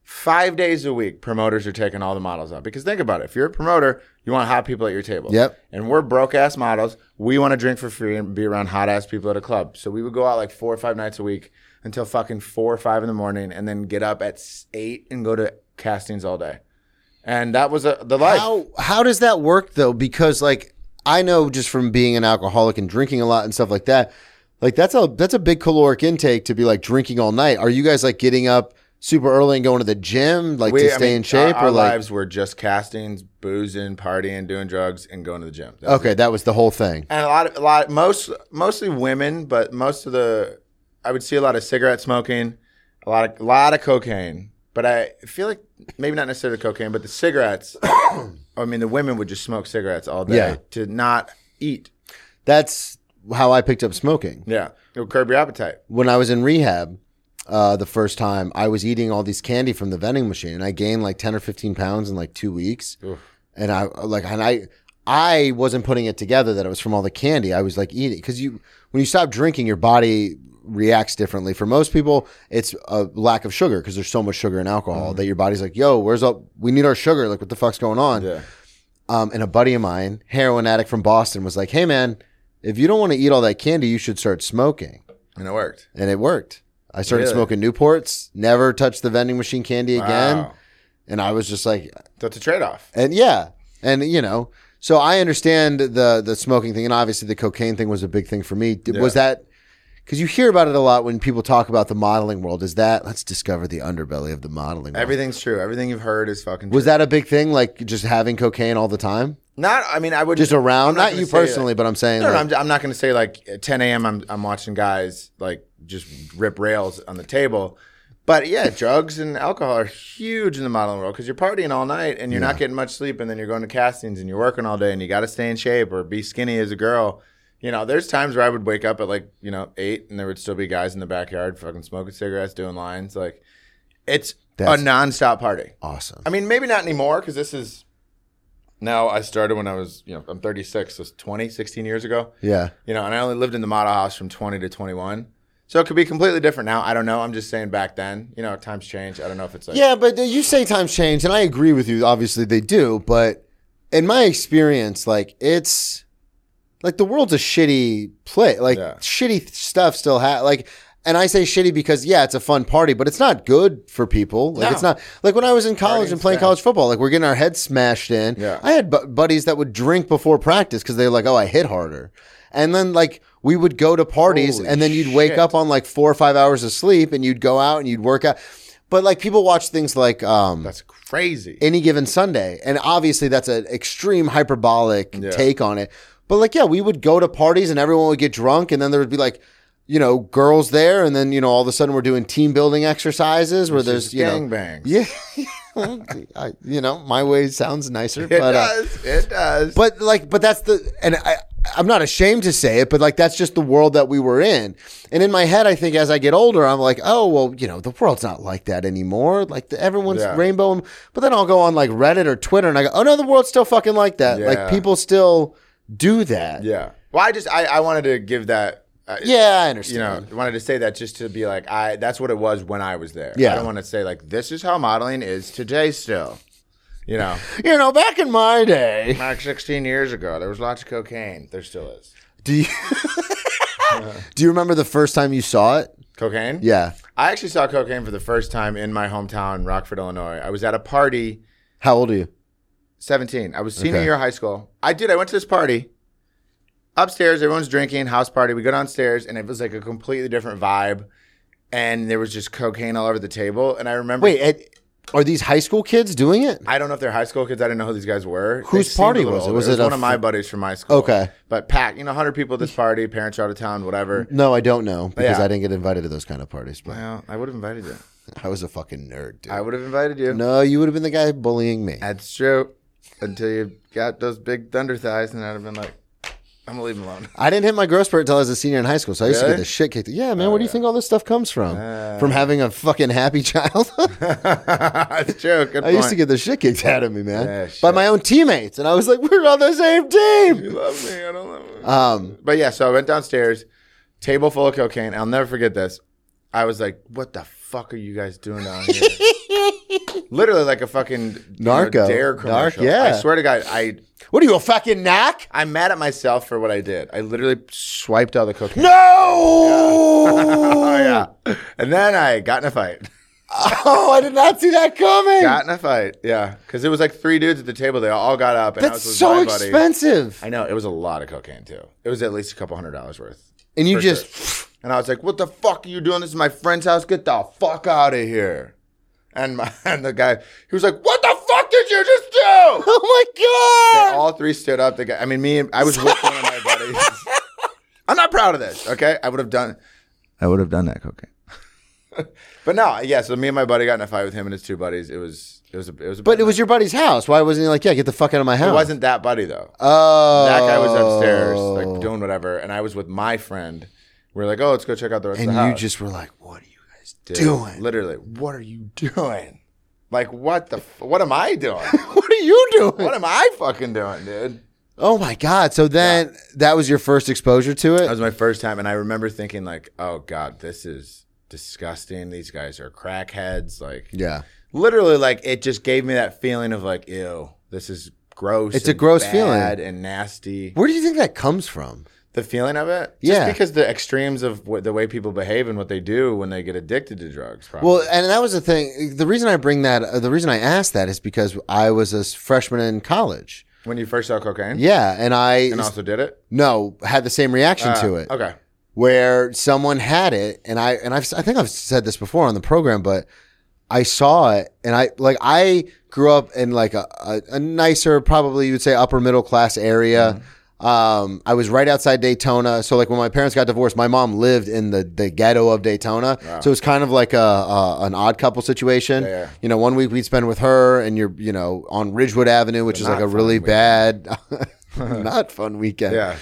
Speaker 3: five days a week, promoters are taking all the models out. Because think about it if you're a promoter, you want hot people at your table.
Speaker 2: Yep.
Speaker 3: And we're broke ass models. We want to drink for free and be around hot ass people at a club. So we would go out like four or five nights a week until fucking four or five in the morning and then get up at s- eight and go to castings all day. And that was a, the life.
Speaker 2: How how does that work though? Because like I know just from being an alcoholic and drinking a lot and stuff like that, like that's a that's a big caloric intake to be like drinking all night. Are you guys like getting up super early and going to the gym like
Speaker 3: We-
Speaker 2: to
Speaker 3: I
Speaker 2: stay
Speaker 3: mean,
Speaker 2: in shape
Speaker 3: our, our
Speaker 2: or like
Speaker 3: lives were just castings, boozing, partying, doing drugs, and going to the gym. That was
Speaker 2: okay, that was the whole thing.
Speaker 3: and a lot of a lot most mostly women, but most of the I would see a lot of cigarette smoking, a lot of a lot of cocaine. But I feel like maybe not necessarily cocaine, but the cigarettes. I mean, the women would just smoke cigarettes all day
Speaker 2: Yeah.
Speaker 3: to not eat.
Speaker 2: That's how I picked up smoking.
Speaker 3: Yeah, it'll curb your appetite.
Speaker 2: when I was in rehab uh, the first time, I was eating all these candy from the vending machine, and I gained like ten or fifteen pounds in like two weeks.
Speaker 3: Oof.
Speaker 2: And I like, and I, I wasn't putting it together that it was from all the candy. I was like eating because you, when you stop drinking, your body reacts differently. For most people, it's a lack of sugar because there's so much sugar in alcohol that your body's like, "Yo, where's up? We need our sugar. Like, what the fuck's going on?"
Speaker 3: Yeah,
Speaker 2: um, and a buddy of mine, heroin addict from Boston, was like, "Hey, man, if you don't want to eat all that candy, you should start smoking."
Speaker 3: and it worked.
Speaker 2: and it worked. I started
Speaker 3: Really?
Speaker 2: smoking Newports, never touched the vending machine candy again,
Speaker 3: Wow.
Speaker 2: and I was just like,
Speaker 3: That's a trade off.
Speaker 2: and yeah, and you know, so I understand the the smoking thing, and obviously the cocaine thing was a big thing for me. Did- Was that because you hear about it a lot when people talk about the modeling world? Is that let's discover the underbelly of the modeling? World.
Speaker 3: Everything's true. Everything you've heard is fucking. True.
Speaker 2: was that a big thing, like just having cocaine all the time,
Speaker 3: not? I mean, I would
Speaker 2: just around? Not,
Speaker 3: gonna
Speaker 2: you
Speaker 3: say that.
Speaker 2: personally, but I'm saying,
Speaker 3: No, no,
Speaker 2: like,
Speaker 3: I'm, I'm not going to say like at 10 a.m. I'm I'm watching guys like just rip rails on the table, but yeah, drugs and alcohol are huge in the modeling world because you're partying all night and you're not getting much sleep, and then you're going to castings and you're working all day and you got to stay in shape or be skinny as a girl. You know, there's times where I would wake up at like you know eight and there would still be guys in the backyard fucking smoking cigarettes, doing lines. Like it's
Speaker 2: That's-
Speaker 3: a nonstop party.
Speaker 2: awesome.
Speaker 3: I mean, maybe not anymore because this is now I started when I was, you know, I'm 36, so it's 20, 16 years ago,
Speaker 2: yeah,
Speaker 3: you know, and I only lived in the model house from 20 to 21. So it could be completely different now. I don't know. I'm just saying back then, you know, times change. I don't know if it's like,
Speaker 2: Yeah, but you say times change, and I agree with you. Obviously, they do. But in my experience, like it's like the world's a shitty place. Like
Speaker 3: Yeah.
Speaker 2: shitty stuff still ha like. And I say shitty because yeah, it's a fun party, but it's not good for people. Like
Speaker 3: No.
Speaker 2: it's not like when I was in college and
Speaker 3: Partying's
Speaker 2: playing
Speaker 3: bad.
Speaker 2: college football. Like we're getting our heads smashed in.
Speaker 3: Yeah.
Speaker 2: I had bu- buddies that would drink before practice because they were like, "Oh, I hit harder," and then like we would go to parties,
Speaker 3: Holy
Speaker 2: and then you'd wake
Speaker 3: shit.
Speaker 2: up on like four or five hours of sleep, and you'd go out and you'd work out. But like people watch things like um,
Speaker 3: that's crazy.
Speaker 2: any given Sunday. And obviously, that's an extreme hyperbolic
Speaker 3: Yeah.
Speaker 2: take on it. But like, yeah, we would go to parties and everyone would get drunk, and then there would be like, you know, girls there, and then you know, all of a sudden we're doing team building exercises where there's you know,
Speaker 3: Gangbangs.
Speaker 2: yeah, I, you know, my way sounds nicer,
Speaker 3: It
Speaker 2: but. Uh,
Speaker 3: does. it does.
Speaker 2: but like, but that's the, and I, I'm not ashamed to say it, but like, that's just the world that we were in. And in my head, I think as I get older, I'm like, oh, well, you know, the world's not like that anymore. Like the, everyone's
Speaker 3: Yeah.
Speaker 2: rainbow. and- But then I'll go on like Reddit or Twitter and I go, oh no, the world's still fucking like that. Like
Speaker 3: Yeah.
Speaker 2: people still do that.
Speaker 3: yeah. Well, I just, I, I wanted to give that. Uh,
Speaker 2: Yeah, I
Speaker 3: you know,
Speaker 2: understand.
Speaker 3: wanted to say that just to be like, I that's what it was when I was there.
Speaker 2: Yeah.
Speaker 3: I don't want to say like this is how modeling is today still. You know,
Speaker 2: You know, back in my day,
Speaker 3: like 16 years ago, there was lots of cocaine. There still is.
Speaker 2: do you, Do you remember the first time you saw it?
Speaker 3: Cocaine?
Speaker 2: Yeah.
Speaker 3: I actually saw cocaine for the first time in my hometown, Rockford, Illinois. I was at a party,
Speaker 2: How old are you?
Speaker 3: 17. I was senior
Speaker 2: Okay.
Speaker 3: year of high school. I did. I went to this party. Upstairs, everyone's drinking, house party. We go downstairs, and it was like a completely different vibe. And there was just cocaine all over the table. And I remember.
Speaker 2: Wait, Ed, are these high school kids doing it?
Speaker 3: I don't know if they're high school kids. I didn't know who these guys were. They
Speaker 2: Whose
Speaker 3: seemed
Speaker 2: party
Speaker 3: a little
Speaker 2: was it?
Speaker 3: older.
Speaker 2: Was
Speaker 3: it was
Speaker 2: it a
Speaker 3: one of my
Speaker 2: f-
Speaker 3: buddies from my school.
Speaker 2: Okay.
Speaker 3: But packed, you know, 100 people at this party, parents are out of town, whatever.
Speaker 2: No, I don't know because
Speaker 3: Yeah.
Speaker 2: I didn't get invited to those kind of parties. But
Speaker 3: Well, I would have invited you.
Speaker 2: I was a fucking nerd, dude.
Speaker 3: I would have invited you.
Speaker 2: no, you would have been the guy bullying me.
Speaker 3: That's true. Until you got those big thunder thighs, and I'd have been like, I'm gonna leave him alone.
Speaker 2: I didn't hit my growth spurt until I was a senior in high school, so I used to get
Speaker 3: Really?
Speaker 2: the shit kicked. Yeah, man, where do you think all this stuff comes from? from having a fucking happy child?
Speaker 3: That's true. Good point.
Speaker 2: I used to get the shit kicked out of me, man,
Speaker 3: Yeah,
Speaker 2: by
Speaker 3: shit.
Speaker 2: my own teammates, and I was like, "We're on the same
Speaker 3: You
Speaker 2: team."
Speaker 3: love me. I don't love me.
Speaker 2: Um,
Speaker 3: but yeah, so I went downstairs, table full of cocaine. I'll never forget this. I was like, what the fuck are you guys doing down here? Literally like a fucking you know,
Speaker 2: Narco.
Speaker 3: dare
Speaker 2: Narc,
Speaker 3: commercial.
Speaker 2: yeah.
Speaker 3: I swear to God, I
Speaker 2: what are you a fucking knack?
Speaker 3: I'm mad at myself for what I did. I literally swiped all the cocaine.
Speaker 2: No!
Speaker 3: Oh yeah. And then I got in a fight.
Speaker 2: Oh, I did not see that coming.
Speaker 3: got in a fight. Yeah, because it was like three dudes at the table. They all got up, and I
Speaker 2: That's
Speaker 3: was with
Speaker 2: so
Speaker 3: my buddy.
Speaker 2: expensive.
Speaker 3: I know it was a lot of cocaine too. It was at least a couple hundred dollars worth.
Speaker 2: And you
Speaker 3: for
Speaker 2: just
Speaker 3: And I was like, "What the fuck are you doing? This is my friend's house. Get the fuck out of here!" And my and the guy, he was like, "What the fuck did you just do?"
Speaker 2: Oh
Speaker 3: They
Speaker 2: my god.
Speaker 3: all three stood up. The guy, I mean, me, and I was with one of my buddies. I'm not proud of this. Okay, I would have done. I would have done that cocaine. but no, yeah. So me and my buddy got in a fight with him and his two buddies. It was it was a, it was. A
Speaker 2: But it was your buddy's house. Why wasn't he like, yeah, get the fuck out of my house?
Speaker 3: it wasn't that buddy though.
Speaker 2: Oh,
Speaker 3: that guy was upstairs, like doing whatever, and I was with my friend. We were like, "Oh, let's go check out the rest
Speaker 2: and
Speaker 3: of
Speaker 2: you
Speaker 3: the house."
Speaker 2: just were like, what are you guys
Speaker 3: Dude,
Speaker 2: doing?
Speaker 3: literally, what are you doing? Like, what the? F- what am I doing?
Speaker 2: what are you doing?
Speaker 3: what am I fucking doing, dude?
Speaker 2: oh my god! So then that was your first exposure to it.
Speaker 3: That was my first time, and I remember thinking, like, "Oh God, this is disgusting. These guys are crackheads." Like,
Speaker 2: yeah,
Speaker 3: literally, like it just gave me that feeling of like, "Ew, this is gross."
Speaker 2: It's a
Speaker 3: and
Speaker 2: gross
Speaker 3: bad and nasty.
Speaker 2: where do you think that comes from?
Speaker 3: The feeling of it,
Speaker 2: Yeah.
Speaker 3: just because the extremes of what, the way people behave and what they do when they get addicted to drugs. Probably.
Speaker 2: Well, and that was the thing. The reason I bring that, uh, the reason I asked that is because I was a s- freshman in college.
Speaker 3: when you first saw cocaine,
Speaker 2: Yeah, and I
Speaker 3: and also did it
Speaker 2: no had the same reaction
Speaker 3: Uh,
Speaker 2: to it.
Speaker 3: Okay,
Speaker 2: where someone had it and I and I've I think I've said this before on the program, but I saw it and I like I grew up in like a, a, a nicer, probably you would say upper middle class area.
Speaker 3: Mm-hmm.
Speaker 2: Um, I was right outside Daytona, so like when my parents got divorced, my mom lived in the, the ghetto of Daytona, so it was kind of like a, a an odd couple situation.
Speaker 3: Ah. Yeah.
Speaker 2: You know, one week we'd spend with her, and you're you know on Ridgewood Avenue, which is like
Speaker 3: not
Speaker 2: a
Speaker 3: fun
Speaker 2: really bad, not fun weekend.
Speaker 3: yeah.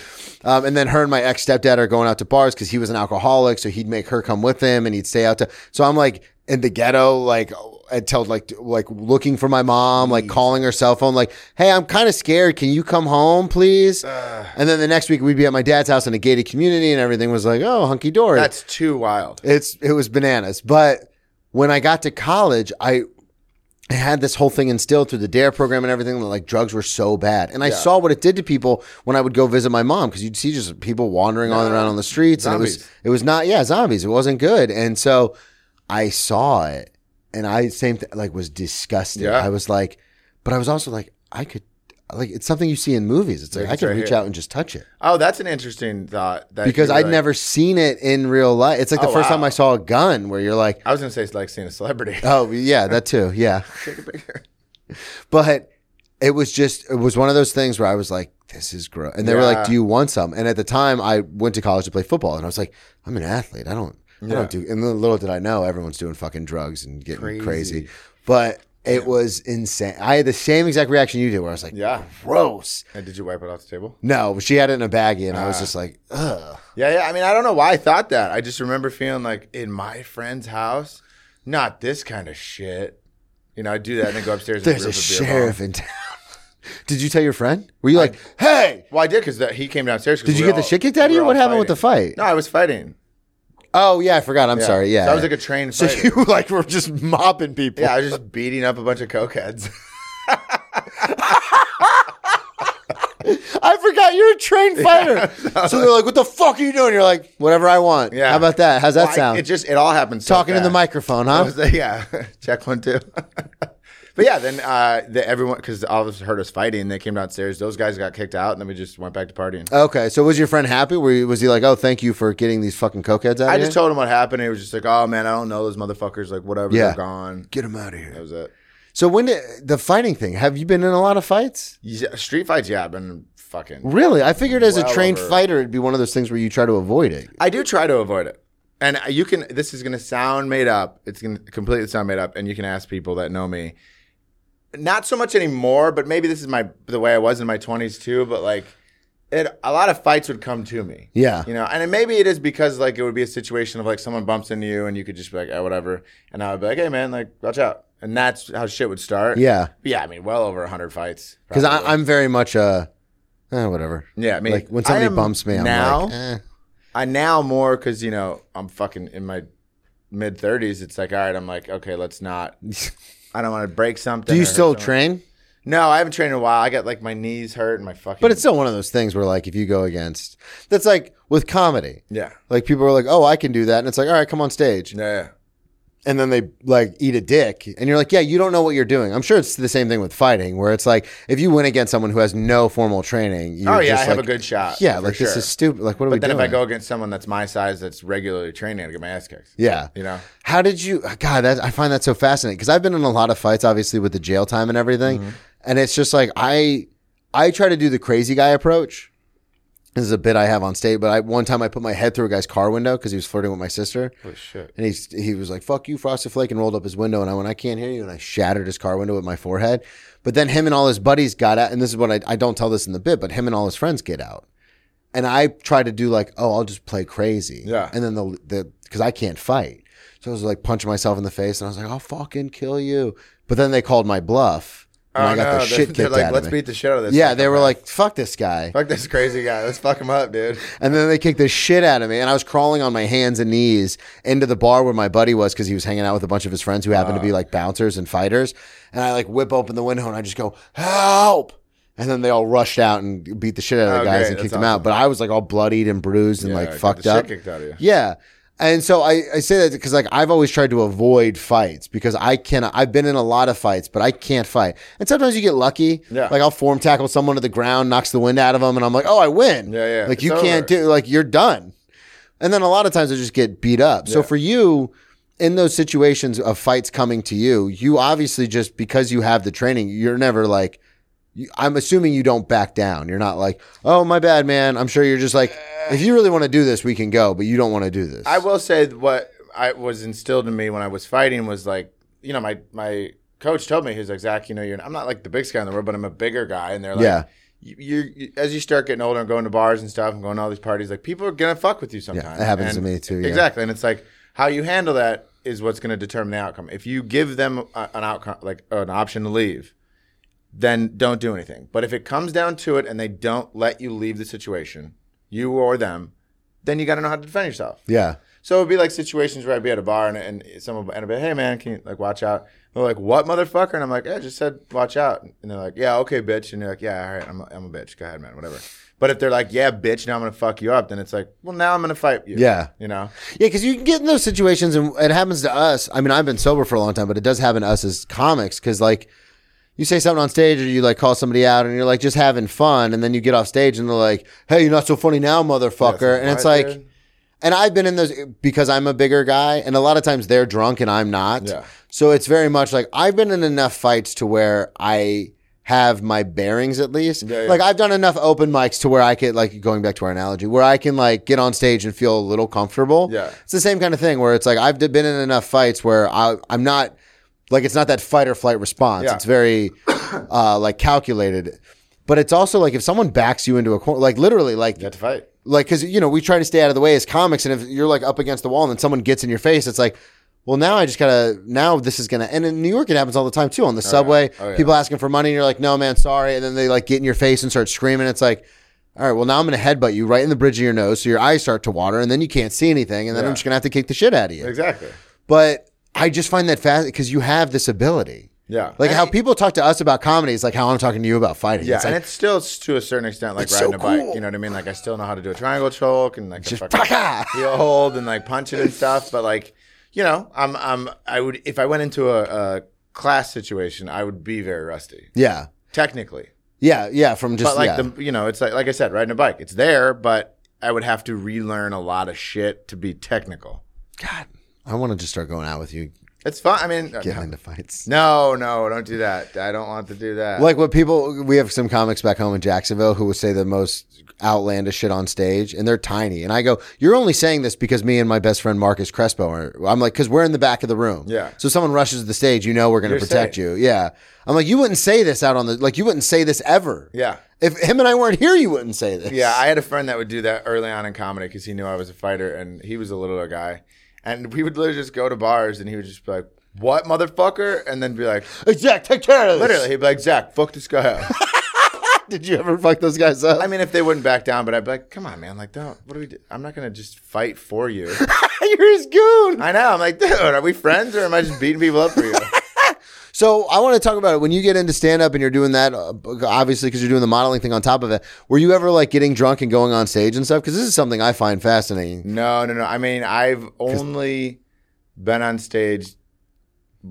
Speaker 2: Um, and then her and my ex stepdad are going out to bars because he was an alcoholic, so he'd make her come with him, and he'd stay out to. So I'm like in the ghetto, like until like like looking for my mom, like calling her cell phone, like, "Hey, I'm kind of scared. Can you come home, please?" and then the next week we'd be at my dad's house in a gated community, and everything was like, "Oh, hunky dory."
Speaker 3: That's too wild.
Speaker 2: It's it was bananas. But when I got to college, I I had this whole thing instilled through the DARE E program and everything that like drugs were so bad. And I saw what it did to people when I would go visit my mom because you'd see just people wandering on and around on the streets. And it
Speaker 3: Zombies.
Speaker 2: was it was not yeah, zombies. It wasn't good. And so I saw it and I same th- like was disgusted.
Speaker 3: Yeah.
Speaker 2: I was like, but I was also like, I could like it's something you see in movies. It's like
Speaker 3: Like,
Speaker 2: I
Speaker 3: it's
Speaker 2: could
Speaker 3: right
Speaker 2: reach
Speaker 3: here.
Speaker 2: out and just touch it
Speaker 3: Oh, that's an interesting thought. That
Speaker 2: because
Speaker 3: you
Speaker 2: I'd
Speaker 3: like-
Speaker 2: never seen it in real life. It's like the
Speaker 3: Oh,
Speaker 2: first time
Speaker 3: wow.
Speaker 2: I saw a gun where you're like,
Speaker 3: I was gonna say it's like seeing a celebrity.
Speaker 2: Oh yeah, that too. Yeah. But it was just it was one of those things where I was like, this is gross. And they were
Speaker 3: Yeah.
Speaker 2: like, Do you want some? And at the time I went to college to play football and I was like, I'm an athlete. I don't I
Speaker 3: Yeah.
Speaker 2: don't do and then little did I know everyone's doing fucking drugs and getting crazy.
Speaker 3: Crazy.
Speaker 2: But it was insane. I had the same exact reaction you did where I was like,
Speaker 3: Yeah.
Speaker 2: gross.
Speaker 3: And did you wipe it off the table?
Speaker 2: No, but she had it in a baggie and I
Speaker 3: Ah.
Speaker 2: was just like, ugh.
Speaker 3: Yeah, yeah. I mean, I don't know why I thought that. I just remember feeling like in my friend's house, not this kind of shit. You know, I do that and then go upstairs. and
Speaker 2: There's a
Speaker 3: rip beer bong.
Speaker 2: sheriff in town. did you tell your friend? Were you like, hey?
Speaker 3: Well, I did because he came downstairs. 'cause
Speaker 2: Did
Speaker 3: we
Speaker 2: you get the
Speaker 3: all-
Speaker 2: shit kicked out of
Speaker 3: we
Speaker 2: you?
Speaker 3: were
Speaker 2: What
Speaker 3: all
Speaker 2: happened with the
Speaker 3: fighting.
Speaker 2: fight?
Speaker 3: No, I was fighting.
Speaker 2: Oh yeah, I forgot. I'm
Speaker 3: Yeah.
Speaker 2: sorry. Yeah,
Speaker 3: so I was like a trained
Speaker 2: so
Speaker 3: fighter.
Speaker 2: you like were just mopping people.
Speaker 3: yeah, I was just beating up a bunch of cokeheads.
Speaker 2: I forgot you're a trained fighter. so they're like, what the fuck are you doing? You're like, whatever I want.
Speaker 3: Yeah.
Speaker 2: How about that? How's that
Speaker 3: Well, I-
Speaker 2: sound?
Speaker 3: it just it all happens. so
Speaker 2: Talking in the
Speaker 3: fast.
Speaker 2: microphone,
Speaker 3: I
Speaker 2: huh?
Speaker 3: was like, yeah, check one two. but yeah, then uh, the, everyone because all of us heard us fighting. They came downstairs. Those guys got kicked out, and then we just went back to partying.
Speaker 2: Okay, so was your friend happy? Were you, was he like, "Oh, thank you for getting these fucking cokeheads out"?
Speaker 3: I
Speaker 2: of
Speaker 3: just
Speaker 2: here?
Speaker 3: told him what happened. He was just like, "Oh man, I don't know those motherfuckers. Like whatever,
Speaker 2: Yeah.
Speaker 3: they're gone."
Speaker 2: get him out of
Speaker 3: That
Speaker 2: here.
Speaker 3: was it.
Speaker 2: So when did, the fighting thing? Have you been in a lot of fights?
Speaker 3: Yeah, street fights, yeah, I've been fucking.
Speaker 2: Really? I figured as a
Speaker 3: Well
Speaker 2: trained
Speaker 3: over.
Speaker 2: fighter, it'd be one of those things where you try to avoid it.
Speaker 3: I do try to avoid it, and you can. This is gonna sound made up. It's gonna completely sound made up, and you can ask people that know me. Not so much anymore, but maybe this is my the way I was in my twenties too. But like, it a lot of fights would come to me.
Speaker 2: Yeah.
Speaker 3: you know, and it- maybe it is because like it would be a situation of like someone bumps into you and you could just be like, oh, whatever, and I would be like, hey man, like watch out, and that's how shit would start.
Speaker 2: Yeah,
Speaker 3: yeah. I mean, well over hundred fights.
Speaker 2: because
Speaker 3: probably.
Speaker 2: I'm very much a, eh, whatever.
Speaker 3: yeah. I mean,
Speaker 2: Like when
Speaker 3: I
Speaker 2: somebody
Speaker 3: am
Speaker 2: bumps me, I'm
Speaker 3: now.
Speaker 2: like, eh.
Speaker 3: I now more because you know I'm fucking in my mid 30s. It's like all right, I'm like okay, let's not. I don't want to break something.
Speaker 2: do
Speaker 3: or
Speaker 2: you
Speaker 3: hurt
Speaker 2: still
Speaker 3: someone.
Speaker 2: train?
Speaker 3: No, I haven't trained in a while. I got like my knees hurt and my fucking.
Speaker 2: But it's still one of those things where like if you go against, that's like with comedy.
Speaker 3: yeah,
Speaker 2: Like people are like, "Oh, I can do that," and it's like, "All right, come on stage."
Speaker 3: yeah,
Speaker 2: and then they like eat a dick and you're like yeah you don't know what you're doing i'm sure it's the same thing with fighting where it's like if you win against someone who has no formal training you're
Speaker 3: Oh yeah, I
Speaker 2: just
Speaker 3: have
Speaker 2: like,
Speaker 3: a good shot.
Speaker 2: yeah
Speaker 3: for
Speaker 2: like this
Speaker 3: sure.
Speaker 2: is stupid like what are we
Speaker 3: But then
Speaker 2: doing
Speaker 3: if I go against someone that's my size that's regularly training, I get my ass kicked.
Speaker 2: yeah
Speaker 3: You know,
Speaker 2: how did you god that i find that so fascinating because i've been in a lot of fights obviously with the jail time and everything and it's just like i i try to do the crazy guy approach this is a bit i have on stage but i one time i put my head through a guy's car window because he was flirting with my sister
Speaker 3: oh, shit.
Speaker 2: And he's, he was like, fuck you, Frosted Flake, and rolled up his window. And I went, I can't hear you. And I shattered his car window with my forehead. But then him and all his buddies got out. And this is what I, I don't tell this in the bit, but him and all his friends get out. And I try to do like, oh, I'll just play crazy.
Speaker 3: Yeah.
Speaker 2: And then the, the, cause I can't fight. So I was like punching myself in the face and I was like, I'll fucking kill you. But then they called my bluff. And I got
Speaker 3: Oh, no,
Speaker 2: the
Speaker 3: they're-
Speaker 2: shit
Speaker 3: they're
Speaker 2: kicked
Speaker 3: like,
Speaker 2: out
Speaker 3: let's
Speaker 2: of me.
Speaker 3: beat the shit out of this.
Speaker 2: yeah, they were
Speaker 3: psychopath.
Speaker 2: like, fuck this guy.
Speaker 3: fuck this crazy guy. Let's fuck him up, dude.
Speaker 2: And then they kicked the shit out of me. And I was crawling on my hands and knees into the bar where my buddy was because he was hanging out with a bunch of his friends who happened to
Speaker 3: Uh.
Speaker 2: be like bouncers and fighters. And I like whip open the window and I just go, help. And then they all rushed out and beat the shit out of the
Speaker 3: Oh,
Speaker 2: guys
Speaker 3: great.
Speaker 2: and kicked
Speaker 3: That's
Speaker 2: them out.
Speaker 3: awesome.
Speaker 2: But I was like all bloodied and bruised and
Speaker 3: Yeah,
Speaker 2: like
Speaker 3: get
Speaker 2: fucked
Speaker 3: the shit
Speaker 2: up.
Speaker 3: kicked out of you.
Speaker 2: Yeah. And so I, I say that because like I've always tried to avoid fights because I can I've been in a lot of fights but I can't fight and sometimes you get lucky
Speaker 3: Yeah.
Speaker 2: like I'll form tackle someone to the ground knocks the wind out of them and I'm like oh I win
Speaker 3: Yeah, yeah.
Speaker 2: like
Speaker 3: It's
Speaker 2: you can't
Speaker 3: over.
Speaker 2: do like you're done and then a lot of times I just get beat up so
Speaker 3: Yeah.
Speaker 2: for you in those situations of fights coming to you you obviously just because you have the training you're never like you- I'm assuming you don't back down. You're not like, oh my bad, man. I'm sure you're just like, if you really want to do this, we can go, but you don't want to do this.
Speaker 3: I will say that what I was instilled in me when I was fighting was like, you know, my my coach told me he was like, Zach, you know, you're I'm not like the biggest guy in the world, but I'm a bigger guy, and they're like,
Speaker 2: Yeah.
Speaker 3: You, you, you- as you start getting older and going to bars and stuff and going to all these parties, like people are gonna fuck with you sometimes.
Speaker 2: it happens to
Speaker 3: And-
Speaker 2: me too, yeah.
Speaker 3: Exactly, and it's like how you handle that is what's gonna determine the outcome. If you give them a, an outcome, like an option to leave, then don't do anything. But if it comes down to it and they don't let you leave the situation, you or them, then you got to know how to defend yourself.
Speaker 2: Yeah.
Speaker 3: So it'd be like situations where I'd be at a bar and, and someone and I'd be like, hey man, can you like watch out? They're like, what motherfucker? And I'm like, yeah, I just said watch out. And they're like, yeah, okay, bitch. And you're like, yeah, all right, I'm a, I'm a bitch. Go ahead, man, whatever. But if they're like, yeah, bitch, now I'm gonna fuck you up, then it's like, well, now I'm gonna fight you.
Speaker 2: Yeah.
Speaker 3: you know,
Speaker 2: Yeah, because you can get in those situations, and it happens to us. I mean, I've been sober for a long time, but it does happen to us as comics because, like, you say something on stage or you like call somebody out and you're like just having fun, and then you get off stage and they're like, hey, you're not so funny now, motherfucker. and it's
Speaker 3: "What,
Speaker 2: like,
Speaker 3: dude?"
Speaker 2: and I've been in those because I'm a bigger guy, and a lot of times they're drunk and I'm not.
Speaker 3: Yeah.
Speaker 2: So it's very much like I've been in enough fights to where I have my bearings at least.
Speaker 3: Yeah, yeah.
Speaker 2: Like I've done enough open mics to where I could like going back to our analogy, where I can like get on stage and feel a little comfortable.
Speaker 3: Yeah.
Speaker 2: It's the same kind of thing where it's like I've been in enough fights where I I'm not like it's not that fight or flight response.
Speaker 3: Yeah.
Speaker 2: It's very uh like calculated. But it's also like if someone backs you into a corner, like literally, like
Speaker 3: you have to fight.
Speaker 2: like because you know we try to stay out of the way as comics and if you're like up against the wall and then someone gets in your face it's like well now i just gotta now this is gonna and in new york it happens all the time too on the subway
Speaker 3: Oh, yeah.
Speaker 2: people asking for money and you're like no man sorry and then they like get in your face and start screaming it's like all right well now i'm gonna headbutt you right in the bridge of your nose so your eyes start to water and then you can't see anything and then i'm
Speaker 3: Yeah.
Speaker 2: just gonna have to kick the shit out of you
Speaker 3: Exactly.
Speaker 2: but i just find that fast because you have this ability
Speaker 3: Yeah.
Speaker 2: Like how people talk to us about comedy is like how I'm talking to you about fighting.
Speaker 3: Yeah,
Speaker 2: It's
Speaker 3: and
Speaker 2: like,
Speaker 3: it's still s- to a certain extent like
Speaker 2: It's
Speaker 3: riding
Speaker 2: so
Speaker 3: a bike.
Speaker 2: cool.
Speaker 3: You know what I mean? Like I still know how to do a triangle choke and like
Speaker 2: Just
Speaker 3: a fucking
Speaker 2: fuck
Speaker 3: heel hold and like punch it and stuff. But like, you know, I'm I'm I would if I went into a, a class situation, I would be very rusty
Speaker 2: yeah.
Speaker 3: technically.
Speaker 2: Yeah. Yeah. From just
Speaker 3: But like
Speaker 2: yeah.
Speaker 3: the you know, it's like like I said, riding a bike, it's there, but I would have to relearn a lot of shit to be technical.
Speaker 2: God, I want to just start going out with you,
Speaker 3: It's fun. I mean, uh,
Speaker 2: getting into fights.
Speaker 3: no, no, don't do that. I don't want to do that.
Speaker 2: Like what people, we have some comics back home in Jacksonville who will say the most outlandish shit on stage, and they're tiny. And I go, "You're only saying this because me and my best friend Marcus Crespo are." I'm like, "Cause we're in the back of the room."
Speaker 3: Yeah.
Speaker 2: So someone rushes the stage, you know, we're gonna
Speaker 3: You're
Speaker 2: protect
Speaker 3: safe.
Speaker 2: you. Yeah. I'm like, you wouldn't say this out on the like, you wouldn't say this ever.
Speaker 3: Yeah.
Speaker 2: If him and I weren't here, you wouldn't say this.
Speaker 3: Yeah, I had a friend that would do that early on in comedy because he knew I was a fighter and he was a little guy. And we would literally just go to bars and he would just be like, What, motherfucker? And then be like,
Speaker 2: Exact. Take care of this.
Speaker 3: Literally, he'd be like, Zach, fuck this guy up.
Speaker 2: Did you ever fuck those guys up?
Speaker 3: I mean, if they wouldn't back down, but I'd be like, Come on, man. Like, don't, what do we do? I'm not going to just fight for you.
Speaker 2: you're his goon.
Speaker 3: I know. I'm like, Dude, are we friends or am I just beating people up for you?
Speaker 2: So I want to talk about it when you get into stand up and you're doing that, uh, obviously because you're doing the modeling thing on top of it. Were you ever like getting drunk and going on stage and stuff? Because this is something I find fascinating.
Speaker 3: No, no, no. I mean, I've only been on stage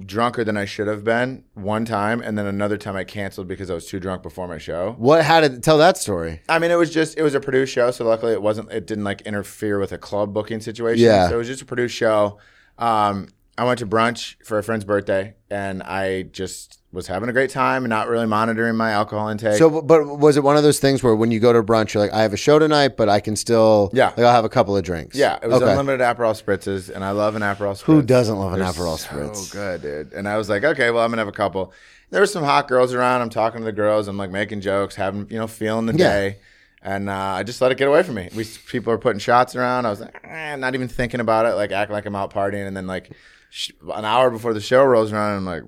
Speaker 3: drunker than I should have been one time. And then another time I canceled because I was too drunk before my show.
Speaker 2: What? How did tell that story?
Speaker 3: I mean, it was just it was a produced show, so luckily it wasn't it didn't like interfere with a club booking situation.
Speaker 2: Yeah.
Speaker 3: So it was just a produced show. Um, I went to brunch for a friend's birthday, and I just was having a great time and not really monitoring my alcohol intake.
Speaker 2: So, but was it one of those things where when you go to brunch, you're like, I have a show tonight, but I can still,
Speaker 3: Yeah.
Speaker 2: like, I'll have a couple of drinks.
Speaker 3: yeah, it was
Speaker 2: Okay.
Speaker 3: unlimited Aperol spritzes, and I love an Aperol spritz.
Speaker 2: Who doesn't love an
Speaker 3: They're
Speaker 2: Aperol
Speaker 3: so
Speaker 2: spritz?
Speaker 3: good, dude. And I was like, okay, well, I'm gonna have a couple. There were some hot girls around. I'm talking to the girls. I'm like making jokes, having you know, feeling the
Speaker 2: Yeah.
Speaker 3: day. And uh, I just let it get away from me. We people are putting shots around. I was like, eh, not even thinking about it. Like acting like I'm out partying. And then like sh- an hour before the show rolls around, I'm like,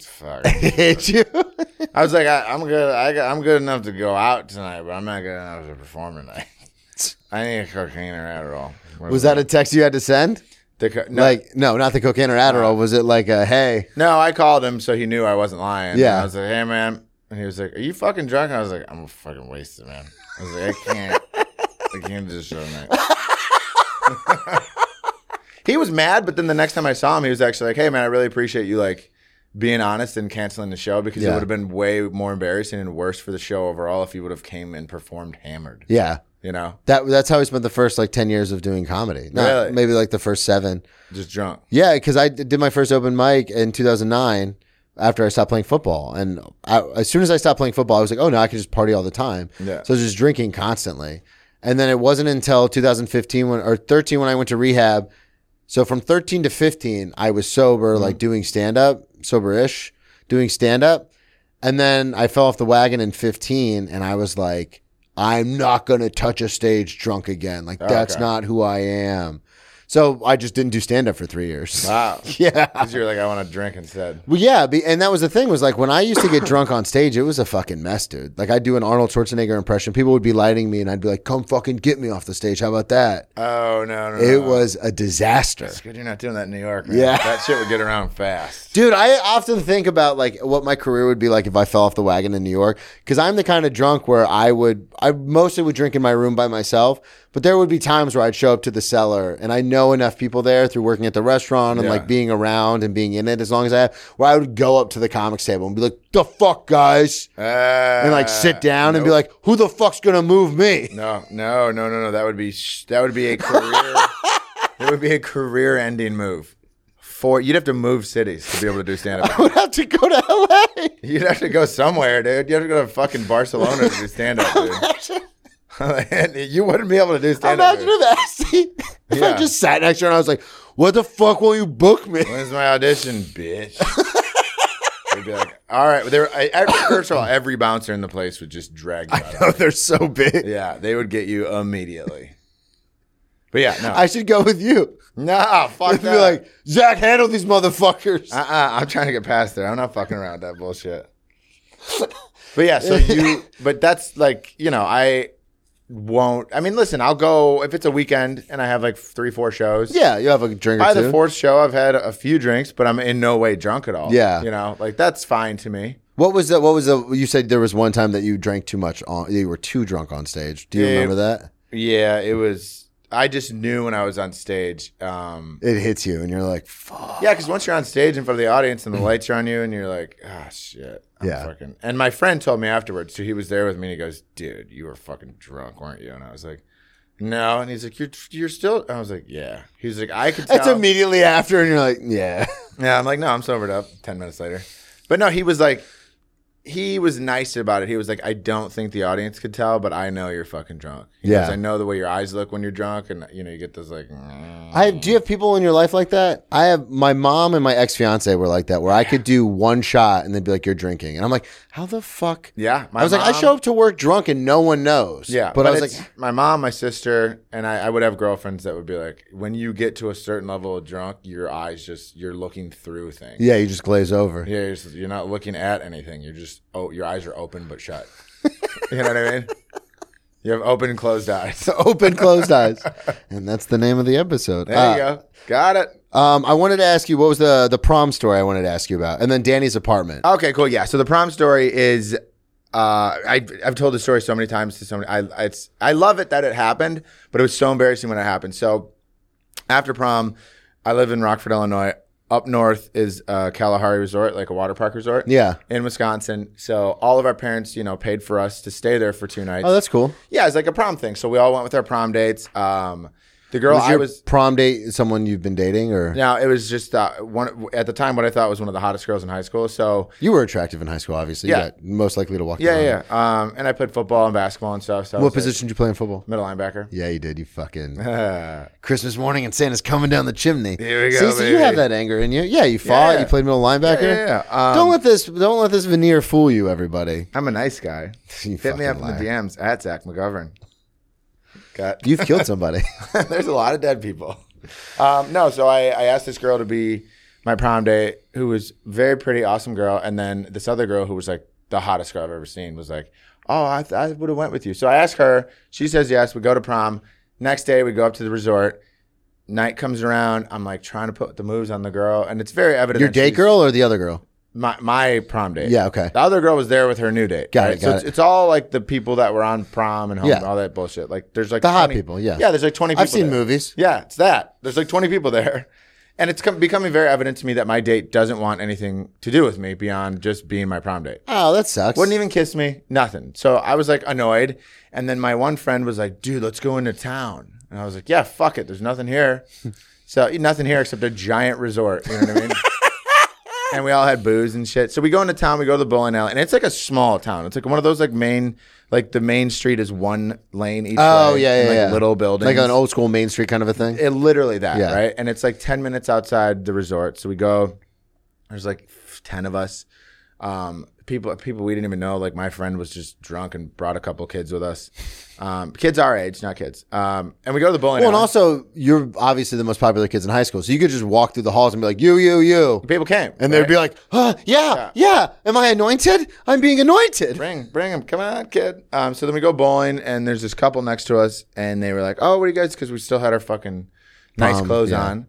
Speaker 3: fuck.
Speaker 2: Hit you?
Speaker 3: I was like, I, I'm good. I got, I'm good enough to go out tonight, but I'm not good enough to perform tonight. I need a cocaine or Adderall.
Speaker 2: was that a text you had to send?
Speaker 3: The co- no,
Speaker 2: Like, no, not the cocaine or Adderall. Was it like a hey?
Speaker 3: No, I called him so he knew I wasn't lying.
Speaker 2: Yeah.
Speaker 3: And I was like, hey, man. And he was like, are you fucking drunk? And I was like, I'm fucking wasted, man. I was like, I can't. I can't do this show tonight. he was mad, but then the next time I saw him, he was actually like, hey, man, I really appreciate you, like, being honest and canceling the show because
Speaker 2: Yeah.
Speaker 3: it would have been way more embarrassing and worse for the show overall if you would have came and performed hammered,
Speaker 2: Yeah.
Speaker 3: you know,
Speaker 2: That that's how I spent the first like ten years of doing comedy. Not,
Speaker 3: Really?
Speaker 2: Maybe like the first seven.
Speaker 3: just drunk.
Speaker 2: Yeah, because I d- did my first open mic in 2009 after I stopped playing football, and I, as soon as I stopped playing football, I was like, oh no, I can just party all the time.
Speaker 3: Yeah.
Speaker 2: So I was just drinking constantly, and then it wasn't until 2015 when or 13 when I went to rehab. So from 13 to 15, I was sober,
Speaker 3: Mm-hmm.
Speaker 2: like doing stand up, sober ish, doing stand up. And then I fell off the wagon in 15 and I was like, I'm not going to touch a stage drunk again. Like, that's
Speaker 3: Okay.
Speaker 2: not who I am. So I just didn't do stand up for three years.
Speaker 3: Wow.
Speaker 2: Yeah.
Speaker 3: Because you were like, I want to drink instead.
Speaker 2: Well, yeah. be- And that was the thing was like when I used to get drunk on stage, it was a fucking mess, dude. Like I'd do an Arnold Schwarzenegger impression. People would be lighting me and I'd be like, come fucking get me off the stage. How about that?
Speaker 3: Oh, no, no, no.
Speaker 2: It was a disaster.
Speaker 3: It's good you're not doing that in New York, man.
Speaker 2: Yeah.
Speaker 3: That shit would get around fast.
Speaker 2: Dude, I often think about like what my career would be like if I fell off the wagon in New York because I'm the kind of drunk where I would I mostly would drink in my room by myself, but there would be times where I'd show up to the cellar and I know enough people there through working at the restaurant and
Speaker 3: Yeah.
Speaker 2: like being around and being in it as long as I have, where I would go up to the comics table and be like, "The fuck, guys," and like sit down and be like, "Who the fuck's gonna move me?"
Speaker 3: Uh, no, no, no, no, no. That would be sh- that would be a career. it would be a career-ending move. For you'd have to move cities to be able to do
Speaker 2: I
Speaker 3: stand-up.
Speaker 2: would have to go to L.A.
Speaker 3: you'd have to go somewhere, dude. You'd have to go to fucking Barcelona to do stand-up, dude. And you wouldn't be able to do stand-up.
Speaker 2: Imagine
Speaker 3: dude.
Speaker 2: if Ashley, if I
Speaker 3: Yeah.
Speaker 2: just sat next to her and I was like, "What the fuck won't you book me?"
Speaker 3: When's my audition, bitch? They'd be like, all right. There, I, every, first of all, every bouncer in the place would just drag you out. of
Speaker 2: Oh, they're so big.
Speaker 3: Yeah, they would get you immediately. But yeah, no,
Speaker 2: I should go with you.
Speaker 3: nah, fuck
Speaker 2: I'd be
Speaker 3: that.
Speaker 2: like, Zach, handle these motherfuckers.
Speaker 3: uh, uh I'm trying to get past there. I'm not fucking around with that bullshit. But yeah, so you, but that's like, you know, I won't. I mean, listen, I'll go if it's a weekend and I have like three, four shows.
Speaker 2: Yeah, you have a drink
Speaker 3: By
Speaker 2: or
Speaker 3: the
Speaker 2: two.
Speaker 3: fourth show, I've had a few drinks, but I'm in no way drunk at all.
Speaker 2: Yeah.
Speaker 3: you know, like that's fine to me.
Speaker 2: what was the? What was the? You said there was one time that you drank too much on. You were too drunk on stage. Do you
Speaker 3: Yeah.
Speaker 2: remember that?
Speaker 3: Yeah, it was. I just knew when I was on stage. Um,
Speaker 2: It hits you, and you're like, "Fuck."
Speaker 3: yeah, because once you're on stage in front of the audience and the lights are on you, and you're like, ah, shit. I'm
Speaker 2: Yeah.
Speaker 3: Fucking. And my friend told me afterwards, too. He was there with me, and he goes, "Dude, you were fucking drunk, weren't you?" And I was like, "No." And he's like, "You're you're still." I was like, "Yeah." He's like, "I could." Tell.
Speaker 2: It's immediately after, and you're like, "Yeah."
Speaker 3: Yeah, I'm like, no, I'm sobered up. Ten minutes later, but no, he was like, he was nice about it. He was like, I don't think the audience could tell, but I know you're fucking drunk. He
Speaker 2: Yeah.
Speaker 3: goes, I know the way your eyes look when you're drunk, and you know you get those like. mm.
Speaker 2: I do you have people in your life like that? I have my mom and my ex fiance were like that, where I could do one shot and they'd be like, "You're drinking," and I'm like, "How the fuck?"
Speaker 3: yeah, my
Speaker 2: I was like, I
Speaker 3: mom-
Speaker 2: show up to work drunk and no one knows.
Speaker 3: Yeah,
Speaker 2: but, I was
Speaker 3: it's
Speaker 2: like,
Speaker 3: my mom, my sister, and I, I would have girlfriends that would be like, when you get to a certain level of drunk, your eyes just you're looking through things.
Speaker 2: "Yeah, you just glaze over."
Speaker 3: Yeah, you're, just- you're not looking at anything. You're just oh, your eyes are open but shut. you know what I mean? You have open and closed eyes.
Speaker 2: Open closed eyes, and that's the name of the episode.
Speaker 3: There you go. Got it.
Speaker 2: go. Um, I wanted to ask you what was the the prom story I wanted to ask you about, and then Danny's apartment.
Speaker 3: Okay, cool. Yeah. So the prom story is, uh, I I've told the story so many times to so many. I it's I love it that it happened, but it was so embarrassing when it happened. So after prom, I live in Rockford, Illinois. Up north is uh, Kalahari Resort, like a water park resort.
Speaker 2: Yeah.
Speaker 3: In Wisconsin, so all of our parents, you know, paid for us to stay there for two nights.
Speaker 2: Oh, that's cool.
Speaker 3: yeah, it's like a prom thing. So we all went with our prom dates. Um, the girl
Speaker 2: Was
Speaker 3: I
Speaker 2: your
Speaker 3: was
Speaker 2: prom date someone you've been dating, or
Speaker 3: now it was just uh, one at the time what I thought was one of the hottest girls in high school. So
Speaker 2: you were attractive in high school? Obviously,
Speaker 3: Yeah.
Speaker 2: You got most likely to walk.
Speaker 3: Yeah,
Speaker 2: down.
Speaker 3: yeah. yeah. Um, and I played football and basketball and stuff. So I
Speaker 2: What
Speaker 3: was, like,
Speaker 2: position did you play in football?
Speaker 3: Middle linebacker.
Speaker 2: Yeah, you did. You fucking.
Speaker 3: Uh,
Speaker 2: Christmas morning and Santa's coming down the chimney.
Speaker 3: Here we go,
Speaker 2: See, so you
Speaker 3: baby.
Speaker 2: have that anger in you. Yeah, you fought.
Speaker 3: Yeah.
Speaker 2: You played middle linebacker.
Speaker 3: Yeah, yeah, yeah. Um,
Speaker 2: don't let this. Don't let this veneer fool you, everybody.
Speaker 3: I'm a nice guy.
Speaker 2: You
Speaker 3: Hit me
Speaker 2: fucking
Speaker 3: up
Speaker 2: liar.
Speaker 3: in the DMs at Zach McGovern. Got
Speaker 2: You've killed somebody.
Speaker 3: There's a lot of dead people. Um, no, so I, I asked this girl to be my prom date, who was very pretty, awesome girl, and then this other girl who was like the hottest girl I've ever seen was like, "Oh, I, th- I would have went with you." So I asked her. She says yes. We go to prom. Next day, we go up to the resort. Night comes around. I'm like trying to put the moves on the girl, and it's very evident.
Speaker 2: Your
Speaker 3: that
Speaker 2: date
Speaker 3: she's-
Speaker 2: girl or the other girl?
Speaker 3: my my prom date.
Speaker 2: Yeah, okay.
Speaker 3: The other girl was there with her new date.
Speaker 2: Got it, got
Speaker 3: so it's,
Speaker 2: it.
Speaker 3: it's all like the people that were on prom and home
Speaker 2: Yeah.
Speaker 3: and all that bullshit. Like there's like
Speaker 2: The hot people, yeah.
Speaker 3: Yeah, there's like 20 people.
Speaker 2: I've seen
Speaker 3: there.
Speaker 2: movies.
Speaker 3: Yeah, it's that. There's like 20 people there. And it's com- becoming very evident to me that my date doesn't want anything to do with me beyond just being my prom date.
Speaker 2: Oh, that sucks.
Speaker 3: Wouldn't even kiss me, nothing. So I was like annoyed. And then my one friend was like, dude, let's go into town. And I was like, yeah, fuck it. There's nothing here. So e, nothing here except a giant resort. You know what I mean? and we all had booze and shit. So we go into town, we go to the bowling alley, and it's like a small town. It's like one of those like main, like the main street is one lane each
Speaker 2: oh
Speaker 3: way,
Speaker 2: yeah, yeah,
Speaker 3: and, like
Speaker 2: yeah.
Speaker 3: little buildings,
Speaker 2: like an old school Main Street kind of a thing.
Speaker 3: it literally that,
Speaker 2: Yeah.
Speaker 3: right? And it's like 10 minutes outside the resort. So we go, there's like 10 of us. Um, people people we didn't even know. Like my friend was just drunk and brought a couple kids with us. Um, kids our age, not kids. Um, and we go to the bowling
Speaker 2: well, and
Speaker 3: alley.
Speaker 2: also you're obviously the most popular kids in high school, so you could just walk through the halls and be like, you, you, you,
Speaker 3: people came.
Speaker 2: and they'd be like, huh, yeah, yeah. Am I anointed? I'm being anointed.
Speaker 3: Bring, bring him. Come on, kid. Um, so then we go bowling, and there's this couple next to us, and they were like, "Oh, what are you guys?" Because we still had our fucking nice
Speaker 2: Prom,
Speaker 3: clothes
Speaker 2: yeah.
Speaker 3: on,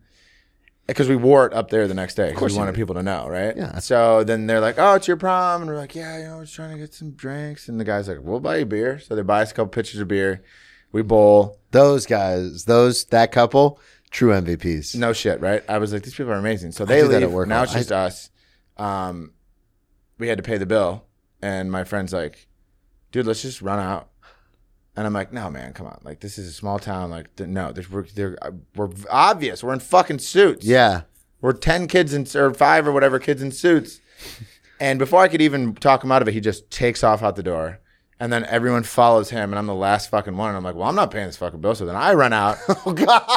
Speaker 3: because we wore it up there the next day. Of
Speaker 2: course
Speaker 3: we
Speaker 2: you
Speaker 3: wanted
Speaker 2: did.
Speaker 3: people to know, right?
Speaker 2: Yeah.
Speaker 3: So then they're like, "Oh, it's your prom," and we're like, "Yeah, you know, I was trying to get some drinks," and the guy's like, "We'll buy you beer." So they buy us a couple pitchers of beer. We bowl.
Speaker 2: Those guys, those that couple, true MVPs.
Speaker 3: No shit, right? I was like, "These people are amazing." So
Speaker 2: I
Speaker 3: they
Speaker 2: do that
Speaker 3: leave.
Speaker 2: at work
Speaker 3: now
Speaker 2: all-
Speaker 3: it's just us. Um, we had to pay the bill, and my friend's like, "Dude, let's just run out." And I'm like, "No, man, come on! Like, this is a small town. Like, th- no, there's we're, there, we're obvious. We're in fucking suits.
Speaker 2: Yeah.
Speaker 3: we're ten kids in or five or whatever kids in suits." And before I could even talk him out of it, he just takes off out the door. And then everyone follows him, and I'm the last fucking one. And I'm like, well, I'm not paying this fucking bill. So then I run out. oh, God.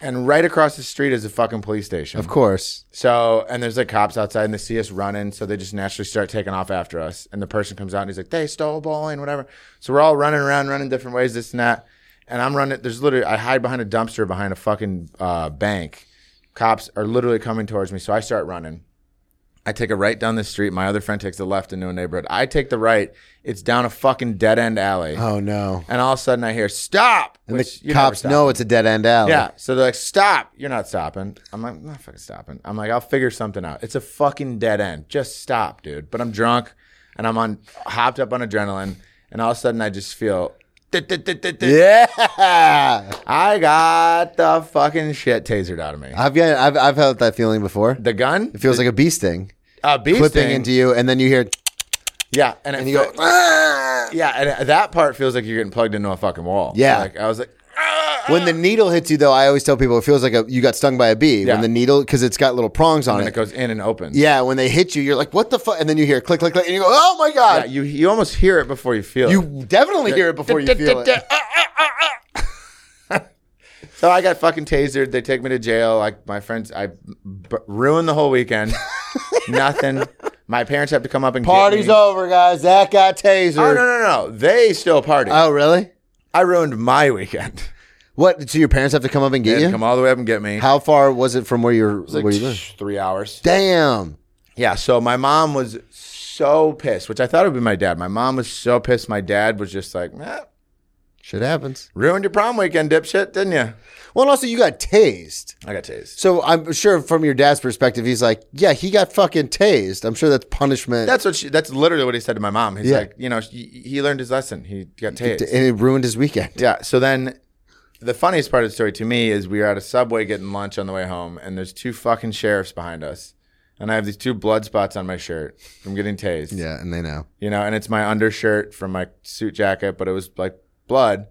Speaker 3: And right across the street is a fucking police station.
Speaker 2: Of course.
Speaker 3: So, and there's like cops outside and they see us running. So they just naturally start taking off after us. And the person comes out and he's like, they stole bowling, whatever. So we're all running around, running different ways, this and that. And I'm running, there's literally, I hide behind a dumpster behind a fucking uh, bank. Cops are literally coming towards me. So I start running. I take a right down the street. My other friend takes the left into a neighborhood. I take the right. It's down a fucking dead end alley.
Speaker 2: Oh no!
Speaker 3: And all of a sudden I hear, stop.
Speaker 2: And
Speaker 3: Which
Speaker 2: the
Speaker 3: you never
Speaker 2: cops
Speaker 3: stop.
Speaker 2: know it's a dead end alley.
Speaker 3: Yeah. So they're like, stop. You're not stopping. I'm like, I'm not fucking stopping. I'm like, I'll figure something out. It's a fucking dead end. Just stop, dude. But I'm drunk and I'm on hopped up on adrenaline. And all of a sudden I just feel, "Dit, dit, dit, dit, dit."
Speaker 2: yeah.
Speaker 3: I got the fucking shit tasered out of me.
Speaker 2: I've got I've I've felt that feeling before.
Speaker 3: The gun?
Speaker 2: It feels like a bee sting
Speaker 3: a bee
Speaker 2: clipping
Speaker 3: sting.
Speaker 2: into you, and then you hear
Speaker 3: Yeah. And,
Speaker 2: and you go. "Ah."
Speaker 3: yeah. And that part feels like you're getting plugged into a fucking wall.
Speaker 2: Yeah.
Speaker 3: Like, I was like,
Speaker 2: When the needle hits you, though, I always tell people it feels like a, you got stung by a bee.
Speaker 3: Yeah.
Speaker 2: When the needle, because it's got little prongs on
Speaker 3: and
Speaker 2: it.
Speaker 3: it goes in and opens.
Speaker 2: yeah, when they hit you, you're like, "What the fuck?" And then you hear click, click, click, and you go, "Oh my
Speaker 3: Yeah,
Speaker 2: god!"
Speaker 3: you, you almost hear it before you feel it.
Speaker 2: you definitely hear it before you feel it.
Speaker 3: So I got fucking tasered. They take me to jail. Like my friends, I b- ruined the whole weekend. Nothing. My parents have to come up and
Speaker 2: Party's
Speaker 3: get me.
Speaker 2: over, guys. That got
Speaker 3: Oh no
Speaker 2: tasered.
Speaker 3: no no! They still party.
Speaker 2: Oh, really?
Speaker 3: I ruined my weekend.
Speaker 2: What? So your parents have to come up and
Speaker 3: They
Speaker 2: get
Speaker 3: had to
Speaker 2: you?
Speaker 3: come all the way up and get me.
Speaker 2: How far was it from where you're?
Speaker 3: It was like
Speaker 2: where you live?
Speaker 3: three hours.
Speaker 2: Damn.
Speaker 3: Yeah, so my mom was so pissed, which I thought it would be my dad. My mom was so pissed. My dad was just like, eh,
Speaker 2: Shit happens.
Speaker 3: ruined your prom weekend, dipshit, didn't you?
Speaker 2: Well, and also you got tased.
Speaker 3: I got tased.
Speaker 2: So I'm sure from your dad's perspective, he's like, yeah, he got fucking tased. I'm sure that's punishment.
Speaker 3: That's what she, that's literally what he said to my mom. He's
Speaker 2: Yeah.
Speaker 3: like, you know, he, he learned his lesson. He got tased.
Speaker 2: and it ruined his weekend.
Speaker 3: Yeah. So then the funniest part of the story to me is we were at a subway getting lunch on the way home, and there's two fucking sheriffs behind us. And I have these two blood spots on my shirt from getting tased.
Speaker 2: Yeah, and they know.
Speaker 3: You know, and it's my undershirt from my suit jacket, but it was like blood.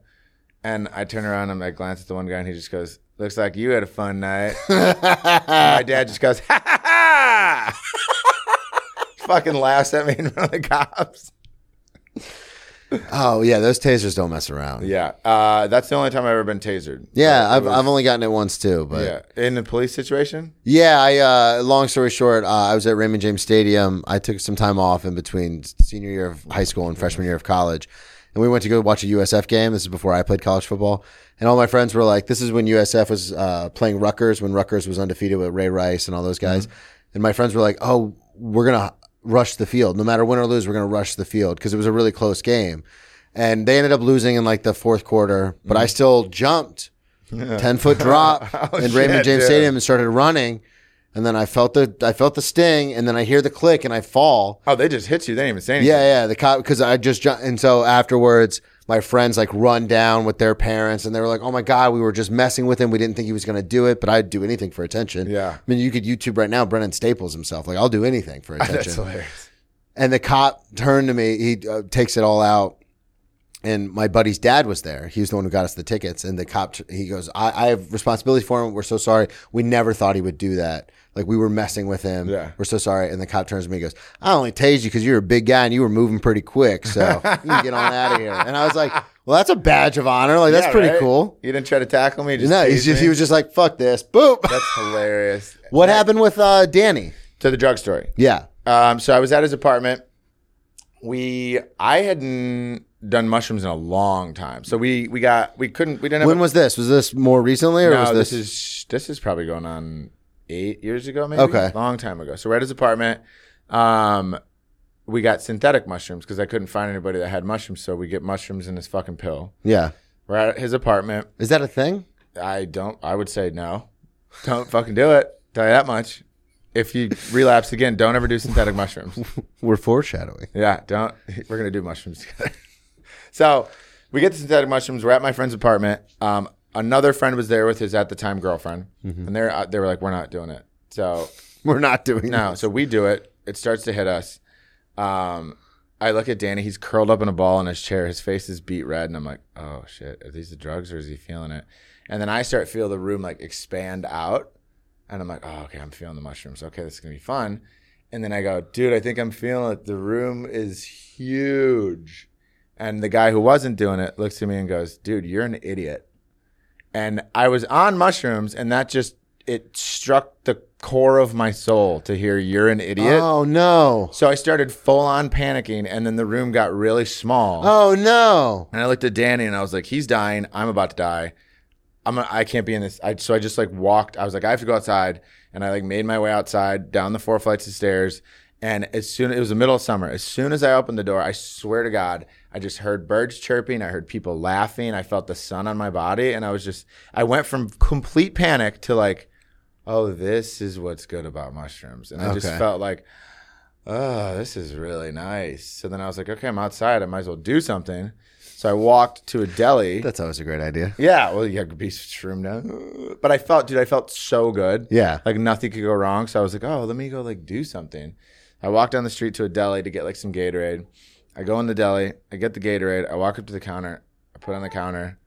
Speaker 3: And I turn around and I glance at the one guy, and he just goes, Looks like you had a fun night. And my dad just goes, Ha ha ha! fucking laughs at me in front of the cops.
Speaker 2: Oh yeah, those tasers don't mess around. Yeah,
Speaker 3: Yeah. Uh, that's the only time I've ever been tasered. So it
Speaker 2: I've,
Speaker 3: was-
Speaker 2: I've only gotten it once too, but yeah.
Speaker 3: Yeah, in the police situation.
Speaker 2: I uh, long story short, uh, I was at Raymond James Stadium. I took some time off in between senior year of high school and freshman year of college, and we went to go watch a USF game. This is before I played college football, and all my friends were like, "This is when USF was uh, playing Rutgers when Rutgers was undefeated with Ray Rice and all those guys," and my friends were like, "Oh, we're gonna rush the field, no matter win or lose, we're gonna rush the field because it was a really close game." and they ended up losing in like the fourth quarter. But I still jumped, ten foot drop
Speaker 3: Oh,
Speaker 2: in Raymond
Speaker 3: shit,
Speaker 2: James
Speaker 3: dude.
Speaker 2: Stadium and started running. And then I felt the I felt the sting, and then I hear the click, and I fall.
Speaker 3: Oh, they just hit you. They didn't even say anything.
Speaker 2: Yeah, yeah. The cop because I just jumped, and so afterwards, my friends like run down with their parents, and they were like, "Oh my god, we were just messing with him. We didn't think he was going to do it, but I'd do anything for attention."
Speaker 3: Yeah.
Speaker 2: I mean, you could YouTube right now, Brennan Staples himself. Like, I'll do anything for attention.
Speaker 3: that's hilarious.
Speaker 2: And the cop turned to me. He uh, takes it all out. And my buddy's dad was there. He was the one who got us the tickets. And the cop, t- he goes, I, I have responsibility for him. We're so sorry. We never thought he would do that. Like we were messing with him.
Speaker 3: Yeah.
Speaker 2: We're so sorry. And the cop turns to me and goes, I only tased you because you're a big guy and you were moving pretty quick. So you can get on out of here. And I was like, well, that's a badge of honor. Like that's
Speaker 3: Yeah,
Speaker 2: pretty
Speaker 3: right?
Speaker 2: cool.
Speaker 3: You didn't try to tackle me. Just
Speaker 2: no, he's
Speaker 3: tased
Speaker 2: just,
Speaker 3: me?
Speaker 2: he was just like, fuck this. Boop.
Speaker 3: That's hilarious.
Speaker 2: What happened with uh, Danny?
Speaker 3: to the drug story?
Speaker 2: Yeah.
Speaker 3: Um, so I was at his apartment. We, I hadn't done mushrooms in a long time. So we we got we couldn't we didn't. Have
Speaker 2: When
Speaker 3: a-
Speaker 2: was this? Was this more recently or
Speaker 3: no,
Speaker 2: was
Speaker 3: this,
Speaker 2: this?
Speaker 3: is this is probably going on eight years ago, maybe.
Speaker 2: Okay.
Speaker 3: long time ago. So we're at his apartment. Um, we got synthetic mushrooms because I couldn't find anybody that had mushrooms. So we get mushrooms in this fucking pill.
Speaker 2: yeah.
Speaker 3: We're at his apartment.
Speaker 2: Is that a thing?
Speaker 3: I don't. I would say no. Don't fucking do it. Tell you that much. If you relapse again, don't ever do synthetic mushrooms.
Speaker 2: We're foreshadowing.
Speaker 3: Yeah, don't. We're gonna do mushrooms together. so we get the synthetic mushrooms. We're at my friend's apartment. Um, another friend was there with his at the time girlfriend, and they're uh, they were like, "We're not doing it." So
Speaker 2: We're not doing
Speaker 3: no, so we do it. It starts to hit us. Um, I look at Danny. He's curled up in a ball in his chair. His face is beat red, and I'm like, "Oh shit, are these the drugs or is he feeling it?" And then I start feel the room like expand out, and I'm like, "Oh, okay, I'm feeling the mushrooms. Okay, this is gonna be fun." And then I go, "Dude, I think I'm feeling it. The room is huge." And the guy who wasn't doing it looks at me and goes, "Dude, you're an idiot." and I was on mushrooms, and that just it struck the core of my soul to hear "You're an idiot."
Speaker 2: Oh no.
Speaker 3: So I started full on panicking, and then the room got really small.
Speaker 2: Oh no.
Speaker 3: And I looked at Danny, and I was like, "He's dying. I'm about to die. I'm a, I can't be in this. I, so I just like walked. I was like, I have to go outside, and I like made my way outside down the four flights of stairs. And as soon it was the middle of summer, as soon as I opened the door, I swear to God, I just heard birds chirping. I heard people laughing. I felt the sun on my body, and I was just I went from complete panic to like, oh, this is what's good about mushrooms, and I just
Speaker 2: Okay.
Speaker 3: felt like. Oh, this is really nice. So then I was like, okay, I'm outside. I might as well do something. So I walked to a deli.
Speaker 2: That's always a great idea.
Speaker 3: Yeah, well, you could be shroomed down. But I felt, dude, I felt so good.
Speaker 2: Yeah.
Speaker 3: Like nothing could go wrong. So I was like, oh, let me go like do something. I walked down the street to a deli to get like some Gatorade. I go in the deli, I get the Gatorade, I walk up to the counter, I put it on the counter,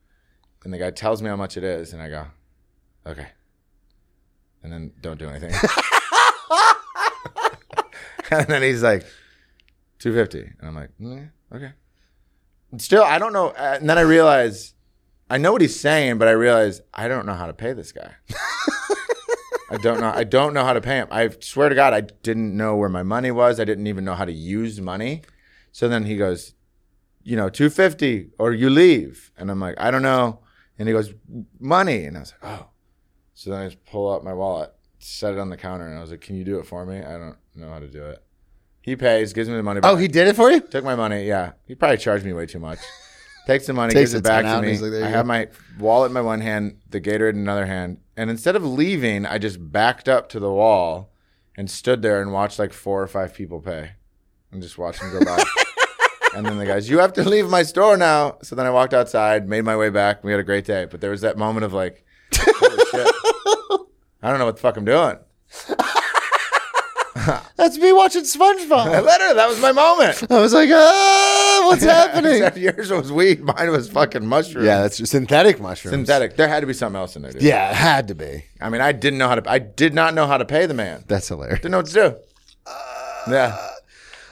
Speaker 3: and the guy tells me how much it is, and I go, okay. And then don't do anything. and then he's like, 250. And I'm like, mm, okay. Still, I don't know. uh, And then I realize, I know what he's saying, but I realize I don't know how to pay this guy. I don't know. I don't know how to pay him. I swear to God, I didn't know where my money was. I didn't even know how to use money. So then he goes, you know, 250 or you leave. And I'm like, I don't know. And he goes, money. And I was like, oh. So then I just pull out my wallet, set it on the counter, and I was like, can you do it for me? I don't know how to do it. He pays, gives me the money back.
Speaker 2: Oh, he did it for you?
Speaker 3: Took my money. Yeah, he probably charged me way too much. Takes the money,
Speaker 2: Takes
Speaker 3: gives it
Speaker 2: the
Speaker 3: back
Speaker 2: 10 out
Speaker 3: to
Speaker 2: and
Speaker 3: me.
Speaker 2: he's like, there
Speaker 3: I
Speaker 2: you
Speaker 3: have
Speaker 2: go.
Speaker 3: my wallet in my one hand, the Gatorade in another hand, and instead of leaving, I just backed up to the wall and stood there and watched like four or five people pay, and just watched them go by. and then the guys, you have to leave my store now. So then I walked outside, made my way back. We had a great day, but there was that moment of like, holy shit, I don't know what the fuck I'm doing.
Speaker 2: That's me watching
Speaker 3: I
Speaker 2: SpongeBob.
Speaker 3: let her. That was my moment.
Speaker 2: I was like, ah, what's happening?
Speaker 3: Except yours was weed, mine was fucking mushrooms.
Speaker 2: Yeah, that's synthetic mushrooms.
Speaker 3: Synthetic. There had to be something else in there. Dude.
Speaker 2: Yeah, it had to be.
Speaker 3: I mean, I didn't know how to. I did not know how to pay the man.
Speaker 2: That's hilarious.
Speaker 3: Didn't know what to do.
Speaker 2: Uh,
Speaker 3: yeah.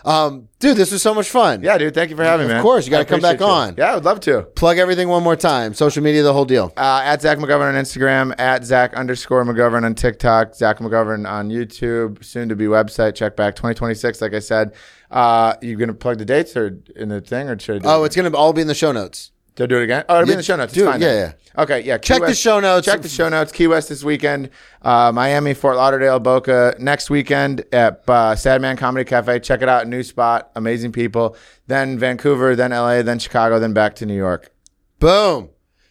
Speaker 2: Um, dude, this was so much fun.
Speaker 3: Yeah, dude. Thank you for having me.
Speaker 2: Of
Speaker 3: man.
Speaker 2: course, you gotta
Speaker 3: I
Speaker 2: come back
Speaker 3: appreciate you.
Speaker 2: on.
Speaker 3: Yeah, I would love to.
Speaker 2: Plug everything one more time. Social media, the whole deal.
Speaker 3: Uh, at Zach McGovern on Instagram, at Zach underscore McGovern on TikTok, Zach McGovern on YouTube, soon to be website. Check back 2026. Like I said, uh, you gonna plug the dates or in the thing or should I do
Speaker 2: Oh,
Speaker 3: it?
Speaker 2: it's gonna all be in the show notes.
Speaker 3: Did I do it again? Oh, it'll be in
Speaker 2: Yeah,
Speaker 3: the show notes. It's
Speaker 2: dude,
Speaker 3: fine then. Okay, yeah. Key
Speaker 2: Check the
Speaker 3: West-
Speaker 2: show notes.
Speaker 3: Check the show notes. Key West this weekend. Uh, Miami, Fort Lauderdale, Boca next weekend at uh, Sad Man Comedy Cafe. Check it out. New spot. Amazing people. Then Vancouver, then LA, then Chicago, then back to New York.
Speaker 2: Boom.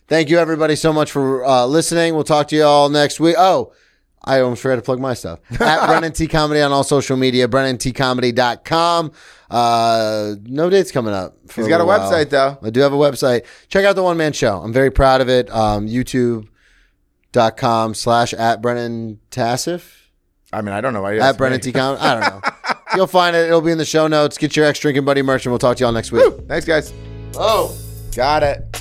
Speaker 2: Thank you everybody so much for uh, listening. We'll talk to you all next week. Oh, I almost forgot to plug my stuff. At Brennan T Comedy on all social media, BrennanTComedy.com. Uh, no dates coming up. for
Speaker 3: He's got a
Speaker 2: little while.
Speaker 3: website, though.
Speaker 2: I do have a website. Check out the one man show. I'm very proud of it. Um, YouTube.com slash at Brennan Tassif.
Speaker 3: I mean, I don't know why. you
Speaker 2: At
Speaker 3: asked
Speaker 2: Brennan
Speaker 3: me.
Speaker 2: T Comedy. I don't know. You'll find it. It'll be in the show notes. Get your ex drinking buddy merch and we'll talk to y'all next week.
Speaker 3: Thanks, guys.
Speaker 2: Oh.
Speaker 3: Got it.